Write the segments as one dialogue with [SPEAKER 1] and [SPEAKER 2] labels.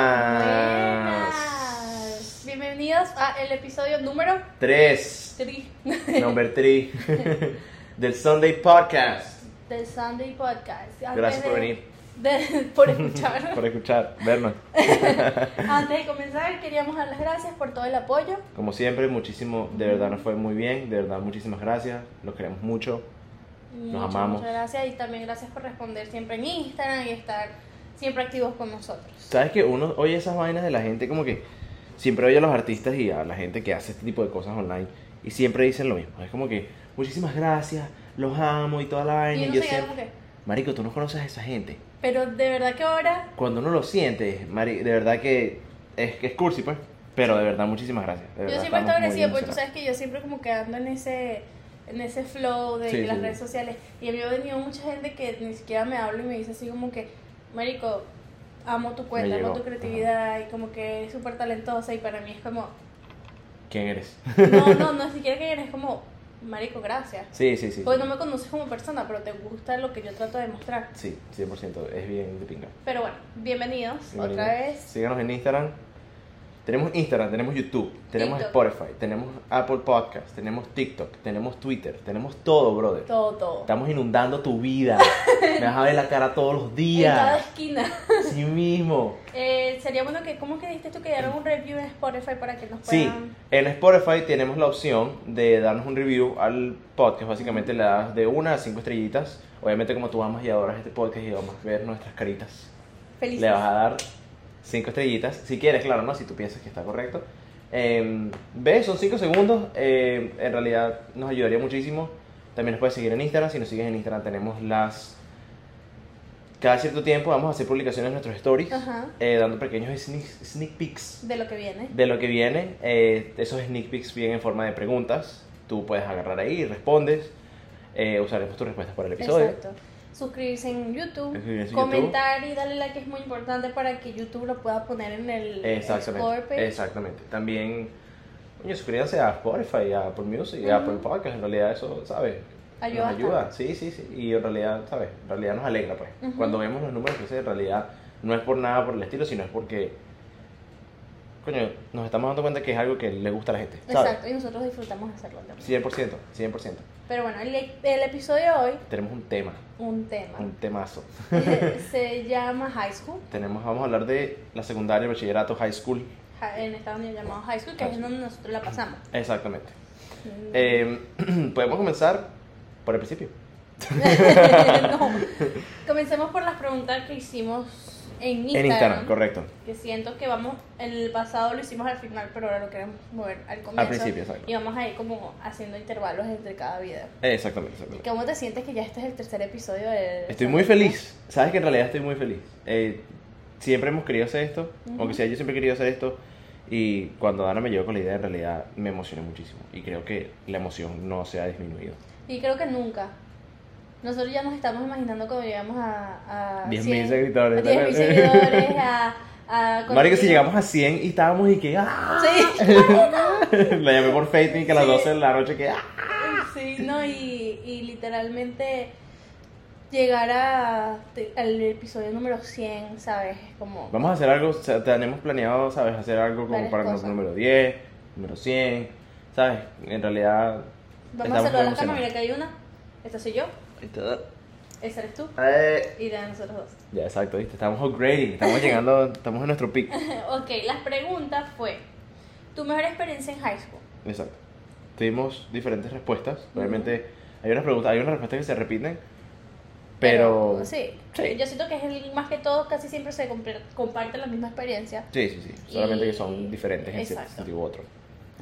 [SPEAKER 1] Buenas.
[SPEAKER 2] Buenas. Bienvenidos a el episodio número
[SPEAKER 1] Tres.
[SPEAKER 2] 3
[SPEAKER 1] Number three. del Sunday Podcast.
[SPEAKER 2] del Sunday Podcast. Antes
[SPEAKER 1] Gracias por
[SPEAKER 2] de-
[SPEAKER 1] venir.
[SPEAKER 2] de- por escuchar.
[SPEAKER 1] Por escuchar, vernos.
[SPEAKER 2] Antes de comenzar, queríamos dar las gracias por todo el apoyo.
[SPEAKER 1] Como siempre, muchísimo, de verdad nos fue muy bien, de verdad muchísimas gracias, los queremos mucho.
[SPEAKER 2] Muchas,
[SPEAKER 1] amamos.
[SPEAKER 2] Muchas gracias y también gracias por responder siempre en Instagram y estar siempre activos con nosotros.
[SPEAKER 1] Sabes que uno oye esas vainas de la gente como que siempre oye a los artistas y a la gente que hace este tipo de cosas online y siempre dicen lo mismo, es como que muchísimas gracias, los amo y toda la vaina
[SPEAKER 2] Y
[SPEAKER 1] y
[SPEAKER 2] uno
[SPEAKER 1] yo
[SPEAKER 2] se queda como
[SPEAKER 1] siempre,
[SPEAKER 2] que,
[SPEAKER 1] marico, tú no conoces a esa gente.
[SPEAKER 2] pero de verdad que ahora
[SPEAKER 1] cuando uno lo siente, Mari, de verdad que es, que es cursi, pues. Pero de verdad, muchísimas gracias. De verdad,
[SPEAKER 2] yo siempre
[SPEAKER 1] estamos
[SPEAKER 2] estoy
[SPEAKER 1] muy
[SPEAKER 2] agradecida porque tú
[SPEAKER 1] emocionados.
[SPEAKER 2] sabes que yo siempre como quedando en ese en ese flow de
[SPEAKER 1] Sí,
[SPEAKER 2] las
[SPEAKER 1] sí,
[SPEAKER 2] redes
[SPEAKER 1] sí.
[SPEAKER 2] sociales y a mí me ha venido mucha gente que ni siquiera me habla y me dice así como que marico amo tu cuenta
[SPEAKER 1] llegó,
[SPEAKER 2] amo tu creatividad y como que eres súper talentosa y para mí es como
[SPEAKER 1] ¿Quién eres?
[SPEAKER 2] no no no ni siquiera que eres como marico gracias
[SPEAKER 1] Sí, sí, sí.
[SPEAKER 2] porque Pues no me conoces como persona pero te gusta lo que yo trato de mostrar
[SPEAKER 1] Sí, 100%. Es bien de pinga.
[SPEAKER 2] pero bueno bienvenidos
[SPEAKER 1] Bienvenidos.
[SPEAKER 2] otra vez
[SPEAKER 1] Síganos en Instagram. Tenemos Instagram, tenemos YouTube, tenemos
[SPEAKER 2] TikTok.
[SPEAKER 1] Spotify, tenemos Apple Podcast, tenemos TikTok, tenemos Twitter, tenemos todo, brother.
[SPEAKER 2] todo todo
[SPEAKER 1] Estamos inundando tu vida. Me vas a ver la cara todos los
[SPEAKER 2] en cada
[SPEAKER 1] días.
[SPEAKER 2] esquina
[SPEAKER 1] Sí mismo.
[SPEAKER 2] Eh, sería bueno que, ¿cómo que diste tú que dieron un review en Spotify para que nos
[SPEAKER 1] Sí,
[SPEAKER 2] puedan...
[SPEAKER 1] en Spotify tenemos la opción de darnos un review al podcast. Básicamente le das de una a cinco estrellitas. Obviamente, como tú amas y adoras este podcast y amas ver nuestras caritas,
[SPEAKER 2] Felices.
[SPEAKER 1] le vas a dar cinco estrellitas. Si quieres, claro, ¿no? Si tú piensas que está correcto. Eh, ¿Ves? Son cinco segundos. Eh, en realidad nos ayudaría muchísimo. También nos puedes seguir en Instagram. Si nos sigues en Instagram, tenemos las. Cada cierto tiempo vamos a hacer publicaciones de nuestros stories,
[SPEAKER 2] Ajá.
[SPEAKER 1] eh, dando pequeños sneak, sneak peeks
[SPEAKER 2] De lo que viene.
[SPEAKER 1] de lo que viene. eh, esos sneak peeks vienen en forma de preguntas. Tú puedes agarrar ahí y respondes. Eh, usaremos tus respuestas para el episodio.
[SPEAKER 2] Exacto. Suscribirse en YouTube,
[SPEAKER 1] Suscribirse en
[SPEAKER 2] comentar y darle like es muy importante para que YouTube lo pueda poner en el pues, Explore
[SPEAKER 1] Exactamente.
[SPEAKER 2] page.
[SPEAKER 1] Exactamente. También, coño, suscríbanse a Spotify, a Apple Music, a
[SPEAKER 2] Ujú.
[SPEAKER 1] Apple Podcast. En realidad eso, ¿sabes?
[SPEAKER 2] Ayuda
[SPEAKER 1] Nos ayuda. Sí, sí, sí. Y en realidad, ¿sabes? En realidad nos alegra, pues.
[SPEAKER 2] Ujú.
[SPEAKER 1] Cuando vemos los números que se, en realidad no es por nada por el estilo, sino es porque, coño, nos estamos dando cuenta que es algo que le gusta a la gente. ¿sabes?
[SPEAKER 2] Exacto, y nosotros disfrutamos hacerlo también.
[SPEAKER 1] 100%, 100%.
[SPEAKER 2] Pero bueno, el, el episodio de hoy,
[SPEAKER 1] Tenemos un tema,
[SPEAKER 2] un tema, eh,
[SPEAKER 1] un temazo.
[SPEAKER 2] se llama High School,
[SPEAKER 1] Tenemos, vamos a hablar de la secundaria, bachillerato, high school.
[SPEAKER 2] ja- en Estados Unidos llamado High School, que
[SPEAKER 1] High
[SPEAKER 2] es donde nosotros la pasamos.
[SPEAKER 1] Exactamente. Eh, podemos comenzar por el principio.
[SPEAKER 2] no. Comencemos por las preguntas que hicimos en Instagram.
[SPEAKER 1] En Instagram, correcto.
[SPEAKER 2] Que siento que vamos, el pasado lo hicimos al final, pero ahora lo queremos mover al comienzo.
[SPEAKER 1] Al principio, exacto.
[SPEAKER 2] Y vamos a ir como haciendo intervalos entre cada video.
[SPEAKER 1] Exactamente, exactamente.
[SPEAKER 2] ¿Cómo te sientes que ya este es el tercer episodio de...
[SPEAKER 1] Estoy muy feliz. Sabes que en realidad estoy muy feliz. Eh, siempre hemos querido hacer esto,
[SPEAKER 2] Ujú.
[SPEAKER 1] aunque sea yo siempre he querido hacer esto. Y cuando Dana me llegó con la idea, en realidad me emocioné muchísimo. Y creo que la emoción no se ha disminuido.
[SPEAKER 2] Y creo que nunca. Nosotros ya nos estamos imaginando cuando llegamos a... a
[SPEAKER 1] 10.000
[SPEAKER 2] 100,
[SPEAKER 1] seguidores.
[SPEAKER 2] A 10.000 seguidores, a... a
[SPEAKER 1] Mario, que si llegamos a 100 y estábamos y que. ¡ah!
[SPEAKER 2] Sí.
[SPEAKER 1] La llamé por Facebook que a las
[SPEAKER 2] Sí.
[SPEAKER 1] 12 de la noche que. ¡ah!
[SPEAKER 2] Sí, no, y, y literalmente llegar a, te- al episodio número 100, ¿sabes? Como
[SPEAKER 1] Vamos a hacer algo, o sea, tenemos planeado, ¿sabes? Hacer algo como
[SPEAKER 2] Varias
[SPEAKER 1] para el
[SPEAKER 2] cosas.
[SPEAKER 1] número 10, número 100, ¿sabes? En realidad...
[SPEAKER 2] vamos
[SPEAKER 1] estamos
[SPEAKER 2] a saludar a
[SPEAKER 1] muy
[SPEAKER 2] la cama,
[SPEAKER 1] emocionados.
[SPEAKER 2] mira que hay una, esta soy yo, esa eres tú
[SPEAKER 1] Eh,
[SPEAKER 2] y de nosotros dos.
[SPEAKER 1] Ya, exacto, ¿viste? Estamos upgrading, estamos llegando, estamos en nuestro pico.
[SPEAKER 2] Ok, las preguntas fue, ¿tu mejor experiencia en high school?
[SPEAKER 1] Exacto. Tuvimos diferentes respuestas, obviamente hay unas preguntas, hay unas respuestas que se repiten, pero...
[SPEAKER 2] sí,
[SPEAKER 1] sí.
[SPEAKER 2] yo siento que es el, más que todo, casi siempre se compre- comparte la misma experiencia.
[SPEAKER 1] Sí, sí, sí, solamente que son
[SPEAKER 2] Y-
[SPEAKER 1] diferentes en cierto
[SPEAKER 2] exacto.
[SPEAKER 1] sentido u otro.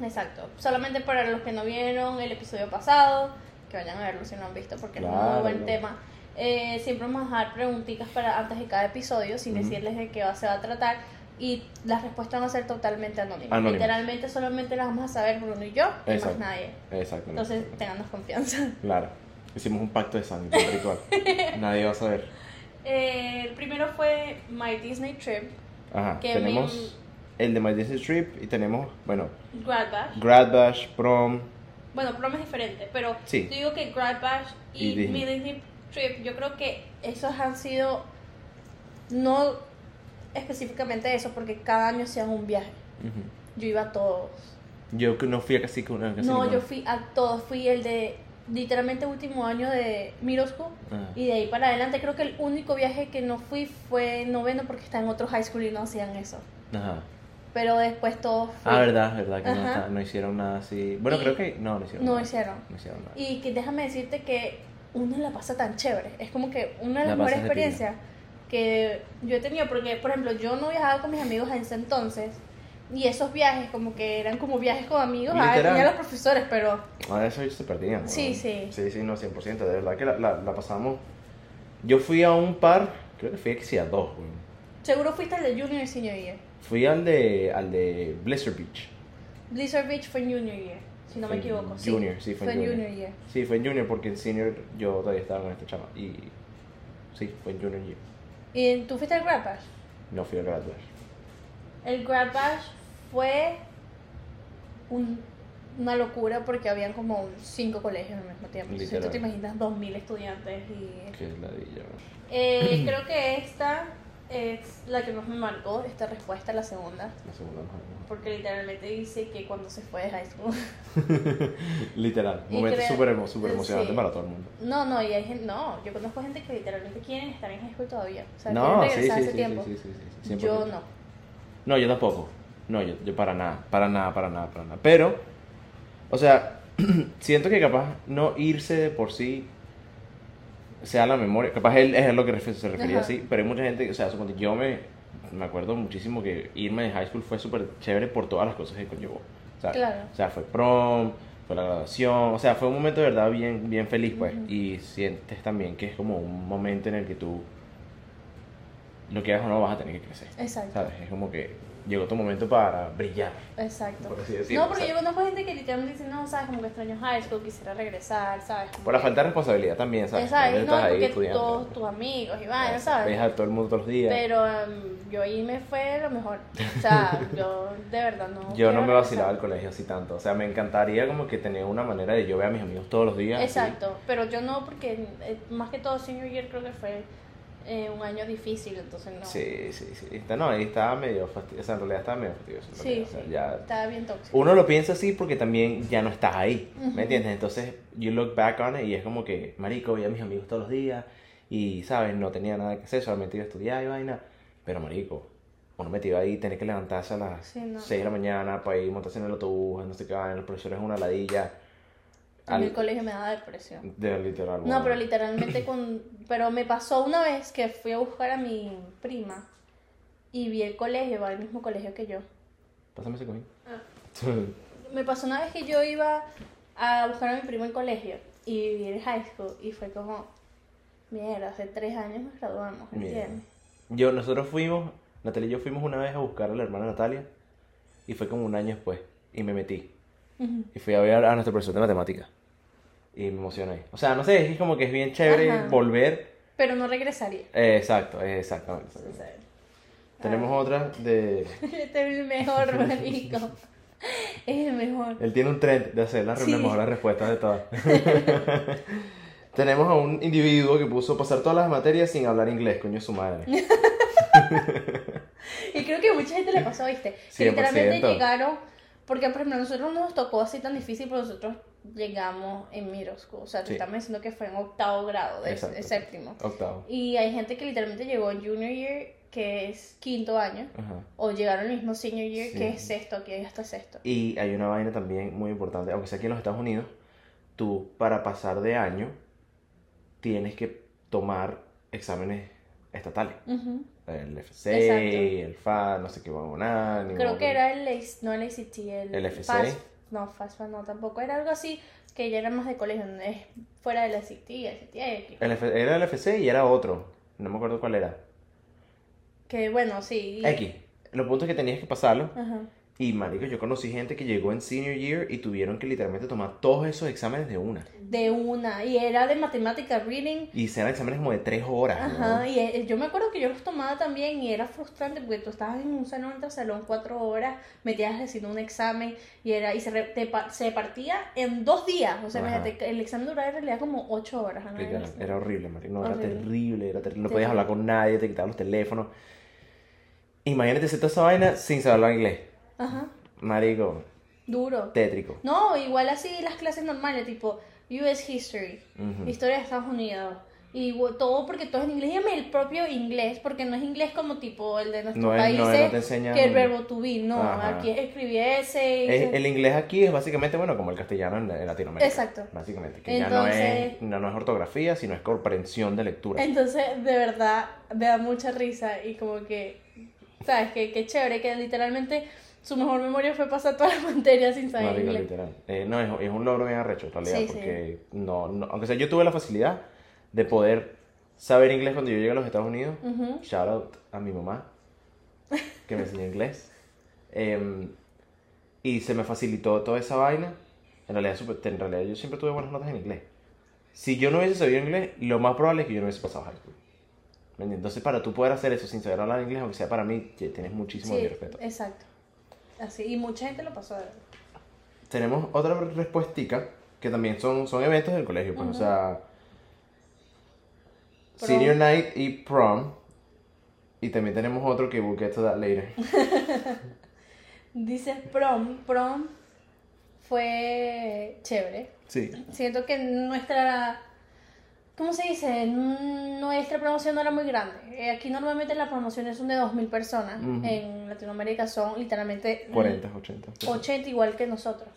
[SPEAKER 2] Exacto. Solamente para los que no vieron el episodio pasado, que vayan a verlo si no han visto, porque es un
[SPEAKER 1] Claro.
[SPEAKER 2] muy buen tema. Eh, siempre vamos a dejar preguntitas para antes de cada episodio, sin
[SPEAKER 1] Ujú.
[SPEAKER 2] decirles de qué va, se va a tratar. Y las respuestas van a ser totalmente anónimas.
[SPEAKER 1] Anónimas.
[SPEAKER 2] Literalmente solamente las vamos a saber Bruno y yo, y
[SPEAKER 1] Exacto.
[SPEAKER 2] más nadie.
[SPEAKER 1] Exactamente.
[SPEAKER 2] Entonces, tenganos confianza.
[SPEAKER 1] Claro, hicimos un pacto de sangre, un ritual. Nadie va a saber.
[SPEAKER 2] Eh, el primero fue My Disney Trip,
[SPEAKER 1] Ajá,
[SPEAKER 2] Que
[SPEAKER 1] tenemos el de My Disney Trip y tenemos, bueno,
[SPEAKER 2] Grad Bash.
[SPEAKER 1] Grad Bash, Prom.
[SPEAKER 2] Bueno, prom es diferente, pero
[SPEAKER 1] Sí.
[SPEAKER 2] yo digo que Grad Bash y,
[SPEAKER 1] Y Disney.
[SPEAKER 2] mi Disney Trip, yo creo que esos han sido no específicamente eso porque cada año hacían un viaje.
[SPEAKER 1] Ujú.
[SPEAKER 2] Yo iba a todos.
[SPEAKER 1] Yo que no fui a casi que una. casi
[SPEAKER 2] no,
[SPEAKER 1] ninguna.
[SPEAKER 2] yo fui a todos. Fui el de literalmente último año de middle school.
[SPEAKER 1] Ah.
[SPEAKER 2] Y de ahí para adelante creo que el único viaje que no fui fue noveno porque está en otro high school y no hacían eso.
[SPEAKER 1] Ajá.
[SPEAKER 2] Pero después todos fui.
[SPEAKER 1] Ah, verdad, verdad, que no,
[SPEAKER 2] Ajá.
[SPEAKER 1] está- no hicieron nada así. Bueno,
[SPEAKER 2] Y-
[SPEAKER 1] creo que no, no hicieron
[SPEAKER 2] No
[SPEAKER 1] nada.
[SPEAKER 2] hicieron.
[SPEAKER 1] No hicieron nada.
[SPEAKER 2] Y que déjame decirte que uno la pasa tan chévere. Es como que una de
[SPEAKER 1] La
[SPEAKER 2] las mejores
[SPEAKER 1] pasas de pinga.
[SPEAKER 2] experiencias que yo he tenido. Porque, por ejemplo, yo no viajaba con mis amigos en ese entonces. Y esos viajes, como que eran como viajes con amigos. Ah,
[SPEAKER 1] Literal.
[SPEAKER 2] tenía los profesores, pero
[SPEAKER 1] A Ah, eso se perdían. ¿no?
[SPEAKER 2] Sí, sí.
[SPEAKER 1] Sí, sí, no, 100%. De verdad que la, la, la pasamos. Yo fui a un par, creo que fui que sí, a dos, güey.
[SPEAKER 2] seguro fuiste al de Junior y Senior Year.
[SPEAKER 1] Fui al de, al de Blizzard Beach.
[SPEAKER 2] Blizzard Beach fue en Junior Year, si no
[SPEAKER 1] Fue
[SPEAKER 2] me
[SPEAKER 1] en
[SPEAKER 2] equivoco.
[SPEAKER 1] Junior, sí, fue en
[SPEAKER 2] en
[SPEAKER 1] Junior.
[SPEAKER 2] Junior Year.
[SPEAKER 1] Sí, fue en Junior porque en Senior yo todavía estaba con esta chama. Y. Sí, fue en Junior year.
[SPEAKER 2] ¿Y tú fuiste al Grad Bash?
[SPEAKER 1] No fui a graduar.
[SPEAKER 2] El Grad Bash fue un- una locura porque habían como cinco colegios al mismo tiempo. Entonces,
[SPEAKER 1] Literal.
[SPEAKER 2] tú te imaginas 2.000 estudiantes y...
[SPEAKER 1] Que es la de ella,
[SPEAKER 2] Eh, creo que esta es la que más me marcó, esta respuesta, la segunda.
[SPEAKER 1] La segunda mejor.
[SPEAKER 2] Porque literalmente dice que cuando se fue de high school.
[SPEAKER 1] Literal.
[SPEAKER 2] Y
[SPEAKER 1] Momento
[SPEAKER 2] creo-
[SPEAKER 1] súper emo- súper emocionante
[SPEAKER 2] sí.
[SPEAKER 1] para todo el mundo.
[SPEAKER 2] No, no, y hay gente, no, yo conozco gente que literalmente quieren estar en high school todavía. O sea, quieren
[SPEAKER 1] No, sí,
[SPEAKER 2] regresar
[SPEAKER 1] sí,
[SPEAKER 2] a
[SPEAKER 1] sí,
[SPEAKER 2] ese
[SPEAKER 1] sí,
[SPEAKER 2] tiempo.
[SPEAKER 1] sí, sí, sí, sí, 100%.
[SPEAKER 2] Yo no.
[SPEAKER 1] No, yo tampoco. No, yo, yo para nada, para nada, para nada, para nada. Pero, o sea, siento que capaz no irse de por sí sea la memoria. Capaz él es a lo que refe- se refería
[SPEAKER 2] Ajá.
[SPEAKER 1] así, pero hay mucha gente, o sea, suponte, yo me, me acuerdo muchísimo que irme de high school fue súper chévere por todas las cosas que conllevó. O sea,
[SPEAKER 2] Claro.
[SPEAKER 1] o sea, fue prom, fue la graduación, o sea, fue un momento de verdad bien, bien feliz, pues.
[SPEAKER 2] Ujú.
[SPEAKER 1] Y sientes también que es como un momento en el que tú, lo que hagas o no, vas a tener que crecer.
[SPEAKER 2] Exacto.
[SPEAKER 1] ¿Sabes? Es como que llegó tu momento para brillar.
[SPEAKER 2] Exacto.
[SPEAKER 1] Por así decirlo,
[SPEAKER 2] no, porque
[SPEAKER 1] o sea.
[SPEAKER 2] yo conozco gente que literalmente dice, no, sabes, como que extraño high school, quisiera regresar, ¿sabes? Como
[SPEAKER 1] Por la
[SPEAKER 2] que-
[SPEAKER 1] falta de responsabilidad también, ¿sabes? También
[SPEAKER 2] Exacto, y no, porque todos tus amigos y vaina,
[SPEAKER 1] Ves
[SPEAKER 2] ¿sabes?
[SPEAKER 1] a todo el mundo todos los días.
[SPEAKER 2] Pero em, yo ahí me fue lo mejor. O sea, yo de verdad no.
[SPEAKER 1] yo no
[SPEAKER 2] quiero
[SPEAKER 1] me vacilaba el
[SPEAKER 2] regresar.
[SPEAKER 1] colegio así tanto. O sea, me encantaría como que tener una manera de yo ver a mis amigos todos los días. así.
[SPEAKER 2] Exacto, pero yo no, porque eh, más que todo senior year creo que fue eh, un año difícil, entonces no.
[SPEAKER 1] Sí, sí, sí. Está, no, ahí estaba medio fastidioso. O sea, en realidad estaba medio fastidioso. en
[SPEAKER 2] Sí,
[SPEAKER 1] realidad. O sea,
[SPEAKER 2] sí,
[SPEAKER 1] ya-
[SPEAKER 2] estaba bien tóxico.
[SPEAKER 1] Uno lo piensa así porque también ya no estás ahí,
[SPEAKER 2] Ujú.
[SPEAKER 1] ¿me entiendes? Entonces, you look back on it y es como que, marico, veía a mis amigos todos los días y, ¿sabes? No tenía nada que hacer, solamente iba a estudiar y vaina. Pero, marico, uno metido ahí, tener que levantarse a las
[SPEAKER 2] Sí, no.
[SPEAKER 1] 6 de la mañana para ir, montarse en el autobús, no sé qué, vaina, los profesores una ladilla.
[SPEAKER 2] A mí el
[SPEAKER 1] Al-
[SPEAKER 2] colegio me daba depresión.
[SPEAKER 1] de literal.
[SPEAKER 2] No,
[SPEAKER 1] bueno.
[SPEAKER 2] pero literalmente con... Pero me pasó una vez que fui a buscar a mi prima y vi el colegio, va al mismo colegio que yo.
[SPEAKER 1] Pásame ese cojín.
[SPEAKER 2] Ah. Me pasó una vez que yo iba a buscar a mi prima en colegio y vi el high school y fue como, mierda, hace tres años nos graduamos,
[SPEAKER 1] Mira.
[SPEAKER 2] ¿entiendes?
[SPEAKER 1] Yo, nosotros fuimos, Natalia y yo fuimos una vez a buscar a la hermana Natalia y fue como un año después y me metí.
[SPEAKER 2] Ujú.
[SPEAKER 1] Y fui a ver a nuestro profesor de matemáticas. Y me emocioné. O sea, no sé, es como que es bien chévere
[SPEAKER 2] Ajá.
[SPEAKER 1] volver.
[SPEAKER 2] Pero no regresaría.
[SPEAKER 1] Eh, exacto, eh, exactamente. exactamente. Tenemos otra de...
[SPEAKER 2] Este es el mejor, marico. Es el mejor.
[SPEAKER 1] Él tiene un trend de hacer las
[SPEAKER 2] Sí.
[SPEAKER 1] las mejores respuestas de todas. Tenemos a un individuo que puso pasar todas las materias sin hablar inglés, coño su madre.
[SPEAKER 2] Y creo que a mucha gente le pasó, ¿viste? Que
[SPEAKER 1] 100%.
[SPEAKER 2] literalmente llegaron, porque por ejemplo, a nosotros no nos tocó así tan difícil, pero nosotros llegamos en middle school. O sea, te
[SPEAKER 1] Sí.
[SPEAKER 2] estamos diciendo que fue en octavo grado, de,
[SPEAKER 1] Exacto.
[SPEAKER 2] de séptimo.
[SPEAKER 1] Octavo.
[SPEAKER 2] Y hay gente que literalmente llegó en junior year, que es quinto año,
[SPEAKER 1] Ajá.
[SPEAKER 2] o llegaron el mismo senior year,
[SPEAKER 1] Sí.
[SPEAKER 2] que es sexto, que es hasta sexto.
[SPEAKER 1] Y hay una vaina también muy importante, aunque sea aquí en los Estados Unidos, tú para pasar de año tienes que tomar exámenes estatales.
[SPEAKER 2] Ujú.
[SPEAKER 1] El FC,
[SPEAKER 2] Exacto.
[SPEAKER 1] el FA, no sé qué a ni
[SPEAKER 2] Creo
[SPEAKER 1] huevón.
[SPEAKER 2] que era el, ACE no el ACT, el,
[SPEAKER 1] ¿El FCA?
[SPEAKER 2] FAS- no, FASFA no, tampoco, era algo así, que ya era más de colegio, no es fuera del ACT, ACT, que-
[SPEAKER 1] El F- era el FC y era otro. No me acuerdo cuál era.
[SPEAKER 2] que bueno, sí. y-
[SPEAKER 1] X. Los puntos que tenías que pasarlo.
[SPEAKER 2] Ajá.
[SPEAKER 1] Y marico, yo conocí gente que llegó en senior year y tuvieron que literalmente tomar todos esos exámenes de una.
[SPEAKER 2] De una, y era de matemática reading.
[SPEAKER 1] Y eran exámenes como de tres horas.
[SPEAKER 2] Ajá,
[SPEAKER 1] ¿no?
[SPEAKER 2] y eh, yo me acuerdo que yo los tomaba también y era frustrante porque tú estabas en un salón tras salón cuatro horas, metías haciendo un examen y era y se, re- te pa- se partía en dos días. O sea,
[SPEAKER 1] Ajá.
[SPEAKER 2] imagínate, que el examen duraba en realidad como ocho horas. ¿no?
[SPEAKER 1] Literal, Era horrible, marico. No, era
[SPEAKER 2] Horrible.
[SPEAKER 1] terrible, era terrible. No
[SPEAKER 2] Terrible.
[SPEAKER 1] podías hablar con nadie, te quitaban los teléfonos. Imagínate hacer toda esa vaina sin saber hablar inglés.
[SPEAKER 2] Ajá.
[SPEAKER 1] Marico,
[SPEAKER 2] Duro.
[SPEAKER 1] tétrico.
[SPEAKER 2] No, igual así las clases normales, tipo US History,
[SPEAKER 1] Ujú.
[SPEAKER 2] Historia de Estados Unidos. Y wo- todo porque todo es en inglés. Dígame el propio inglés, porque no es inglés como tipo el de nuestros
[SPEAKER 1] No es- no es- no
[SPEAKER 2] países,
[SPEAKER 1] te enseñan-
[SPEAKER 2] que el verbo to be, no.
[SPEAKER 1] Ajá.
[SPEAKER 2] Aquí es escribir ese. y
[SPEAKER 1] Es-
[SPEAKER 2] se-
[SPEAKER 1] el inglés aquí es básicamente, bueno, como el castellano en, en Latinoamérica.
[SPEAKER 2] Exacto.
[SPEAKER 1] Básicamente, que
[SPEAKER 2] Entonces-
[SPEAKER 1] ya no es, no, no es ortografía, sino es comprensión de lectura.
[SPEAKER 2] Entonces, de verdad, me da mucha risa y como que, ¿sabes? Que, que chévere, que literalmente su mejor memoria fue pasar todas las materias sin saber
[SPEAKER 1] Marico,
[SPEAKER 2] inglés.
[SPEAKER 1] literal. Eh, no, es, es un logro bien arrecho, en realidad,
[SPEAKER 2] Sí, sí.
[SPEAKER 1] porque no, no, aunque sea, yo tuve la facilidad de poder saber inglés cuando yo llegué a los Estados Unidos.
[SPEAKER 2] Ujú.
[SPEAKER 1] Shout out a mi mamá, que me enseñó inglés. Em, y se me facilitó toda esa vaina. En realidad, supe- en realidad yo siempre tuve buenas notas en inglés. Si yo no hubiese sabido inglés, lo más probable es que yo no hubiese pasado high school. ¿Me entiendes? Entonces, para tú poder hacer eso sin saber hablar inglés, aunque sea para mí, que tienes muchísimo de
[SPEAKER 2] Sí,
[SPEAKER 1] mi respeto.
[SPEAKER 2] exacto. Así, y mucha gente lo pasó de verdad.
[SPEAKER 1] Tenemos otra respuestica, que también son, son eventos del colegio, pues, o
[SPEAKER 2] Ujú.
[SPEAKER 1] sea...
[SPEAKER 2] Prom.
[SPEAKER 1] Senior Night y Prom. Y también tenemos otro que we'll get to that later.
[SPEAKER 2] Dices prom, prom fue chévere.
[SPEAKER 1] Sí.
[SPEAKER 2] Siento que nuestra, ¿cómo se dice? Nuestra promoción no era muy grande. Eh, Aquí normalmente las promociones son de 2.000 personas.
[SPEAKER 1] Ujú.
[SPEAKER 2] En Latinoamérica son literalmente
[SPEAKER 1] 40, 80.
[SPEAKER 2] 80 igual que nosotros.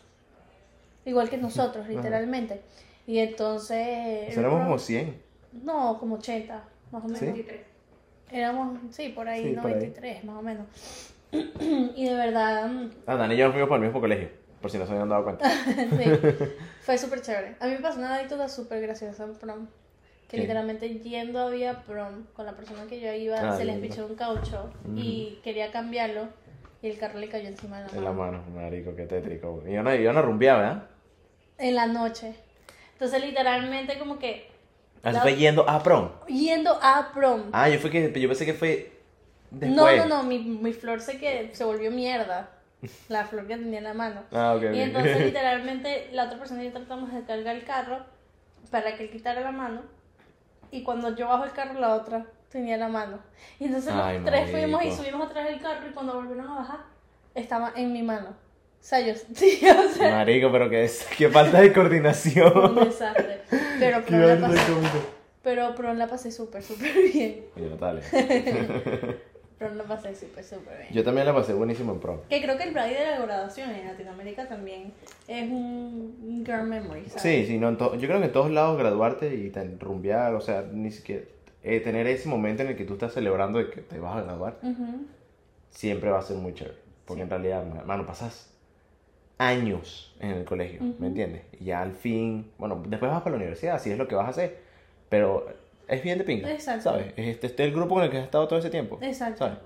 [SPEAKER 2] Igual que nosotros,
[SPEAKER 1] Ajá.
[SPEAKER 2] literalmente. Y entonces...
[SPEAKER 1] O sea, éramos como 100.
[SPEAKER 2] No, como 80, más o menos.
[SPEAKER 1] ¿Sí?
[SPEAKER 2] Éramos, sí, por ahí,
[SPEAKER 1] Sí, por ahí.
[SPEAKER 2] 93, más o menos. y de verdad, mm,
[SPEAKER 1] Ah, Dani y yo nos fuimos para el mismo colegio, por si no se habían dado cuenta.
[SPEAKER 2] sí, fue súper chévere. A mí me pasó una anécdota súper graciosa en prom.
[SPEAKER 1] ¿Qué?
[SPEAKER 2] Que literalmente yendo había prom con la persona que yo iba,
[SPEAKER 1] Ah,
[SPEAKER 2] se les
[SPEAKER 1] lindo. Mm.
[SPEAKER 2] pichó un caucho y quería cambiarlo y el carro le cayó encima de la
[SPEAKER 1] En la
[SPEAKER 2] mano.
[SPEAKER 1] mano, marico, qué tétrico. Y yo no, yo no rumbeaba, ¿eh? ¿verdad?
[SPEAKER 2] En la noche. Entonces, literalmente, como que
[SPEAKER 1] Ah,
[SPEAKER 2] La-
[SPEAKER 1] fue yendo a prom.
[SPEAKER 2] yendo a prom.
[SPEAKER 1] Ah, yo, fue que, yo pensé que fue después.
[SPEAKER 2] no, no, no, mi, mi flor se, que, se volvió mierda. La flor que tenía en la mano.
[SPEAKER 1] Ah, ok, ok.
[SPEAKER 2] Y entonces, literalmente, la otra persona y yo tratamos de cargar el carro para que él quitara la mano. Y cuando yo bajo el carro, la otra tenía la mano. Y entonces,
[SPEAKER 1] Ay,
[SPEAKER 2] los tres fuimos y
[SPEAKER 1] marico.
[SPEAKER 2] subimos atrás del carro. Y cuando volvieron a bajar, estaba en mi mano. O sea, yo, sí, o sea,
[SPEAKER 1] Marico, pero qué, es- qué falta de coordinación.
[SPEAKER 2] un desastre. Pero
[SPEAKER 1] Qué
[SPEAKER 2] prom la
[SPEAKER 1] falta de
[SPEAKER 2] pasé,
[SPEAKER 1] coordinación.
[SPEAKER 2] pero prom la pasé súper, súper bien.
[SPEAKER 1] Oye, Natalia,
[SPEAKER 2] Pero la pasé súper, súper bien.
[SPEAKER 1] yo también la pasé buenísimo en prom.
[SPEAKER 2] Que creo que el Pride de la graduación en Latinoamérica también es un un girl memory, ¿sabes?
[SPEAKER 1] Sí, sí, no, en to- yo creo que en todos lados graduarte y tan- rumbear, o sea, ni siquiera eh, tener ese momento en el que tú estás celebrando de que te vas a graduar.
[SPEAKER 2] Ujú.
[SPEAKER 1] siempre va a ser muy chévere. Porque
[SPEAKER 2] Sí.
[SPEAKER 1] en realidad, hermano, pasas años en el colegio,
[SPEAKER 2] Ujú.
[SPEAKER 1] ¿me entiendes? Y ya al fin, bueno, después vas para la universidad, así es lo que vas a hacer. Pero es bien de pinga,
[SPEAKER 2] Exacto.
[SPEAKER 1] ¿sabes? Es este, este el grupo con el que has estado todo ese tiempo,
[SPEAKER 2] Exacto.
[SPEAKER 1] ¿sabes?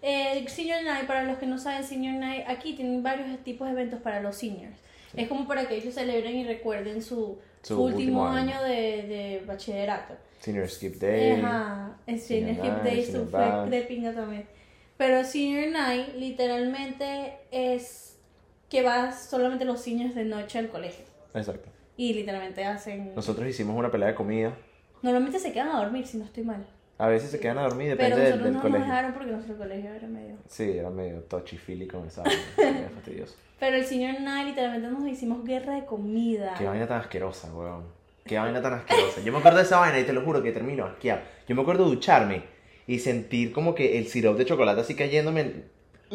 [SPEAKER 2] El Senior Night, para los que no saben, Senior Night, aquí tienen varios tipos de eventos para los seniors. Es como para que ellos celebren y recuerden su,
[SPEAKER 1] Su
[SPEAKER 2] su último,
[SPEAKER 1] último
[SPEAKER 2] año,
[SPEAKER 1] año.
[SPEAKER 2] de, de bachillerato. Eh,
[SPEAKER 1] Senior Skip Day.
[SPEAKER 2] Ajá, el Senior
[SPEAKER 1] Senior
[SPEAKER 2] Hip
[SPEAKER 1] Night,
[SPEAKER 2] Day
[SPEAKER 1] Senior
[SPEAKER 2] su- fue
[SPEAKER 1] Bash.
[SPEAKER 2] de pinga también. Pero Senior Night literalmente es que vas solamente los seniors de noche al colegio.
[SPEAKER 1] Exacto.
[SPEAKER 2] Y literalmente hacen...
[SPEAKER 1] Nosotros hicimos una pelea de comida.
[SPEAKER 2] Normalmente se quedan a dormir, si no estoy mal.
[SPEAKER 1] A veces se quedan a dormir,
[SPEAKER 2] Pero
[SPEAKER 1] depende del,
[SPEAKER 2] nosotros
[SPEAKER 1] del
[SPEAKER 2] no
[SPEAKER 1] colegio.
[SPEAKER 2] nos dejaron porque nuestro colegio era medio...
[SPEAKER 1] Sí, era medio touchy-feely con esa vaina, era fastidioso.
[SPEAKER 2] Pero el señor Nai literalmente nos hicimos guerra de comida.
[SPEAKER 1] Qué vaina tan asquerosa, weón. Qué vaina tan asquerosa. Yo me acuerdo de esa vaina y te lo juro que termino asqueado. Yo me acuerdo de ducharme y sentir como que el sirope de chocolate así cayéndome. en-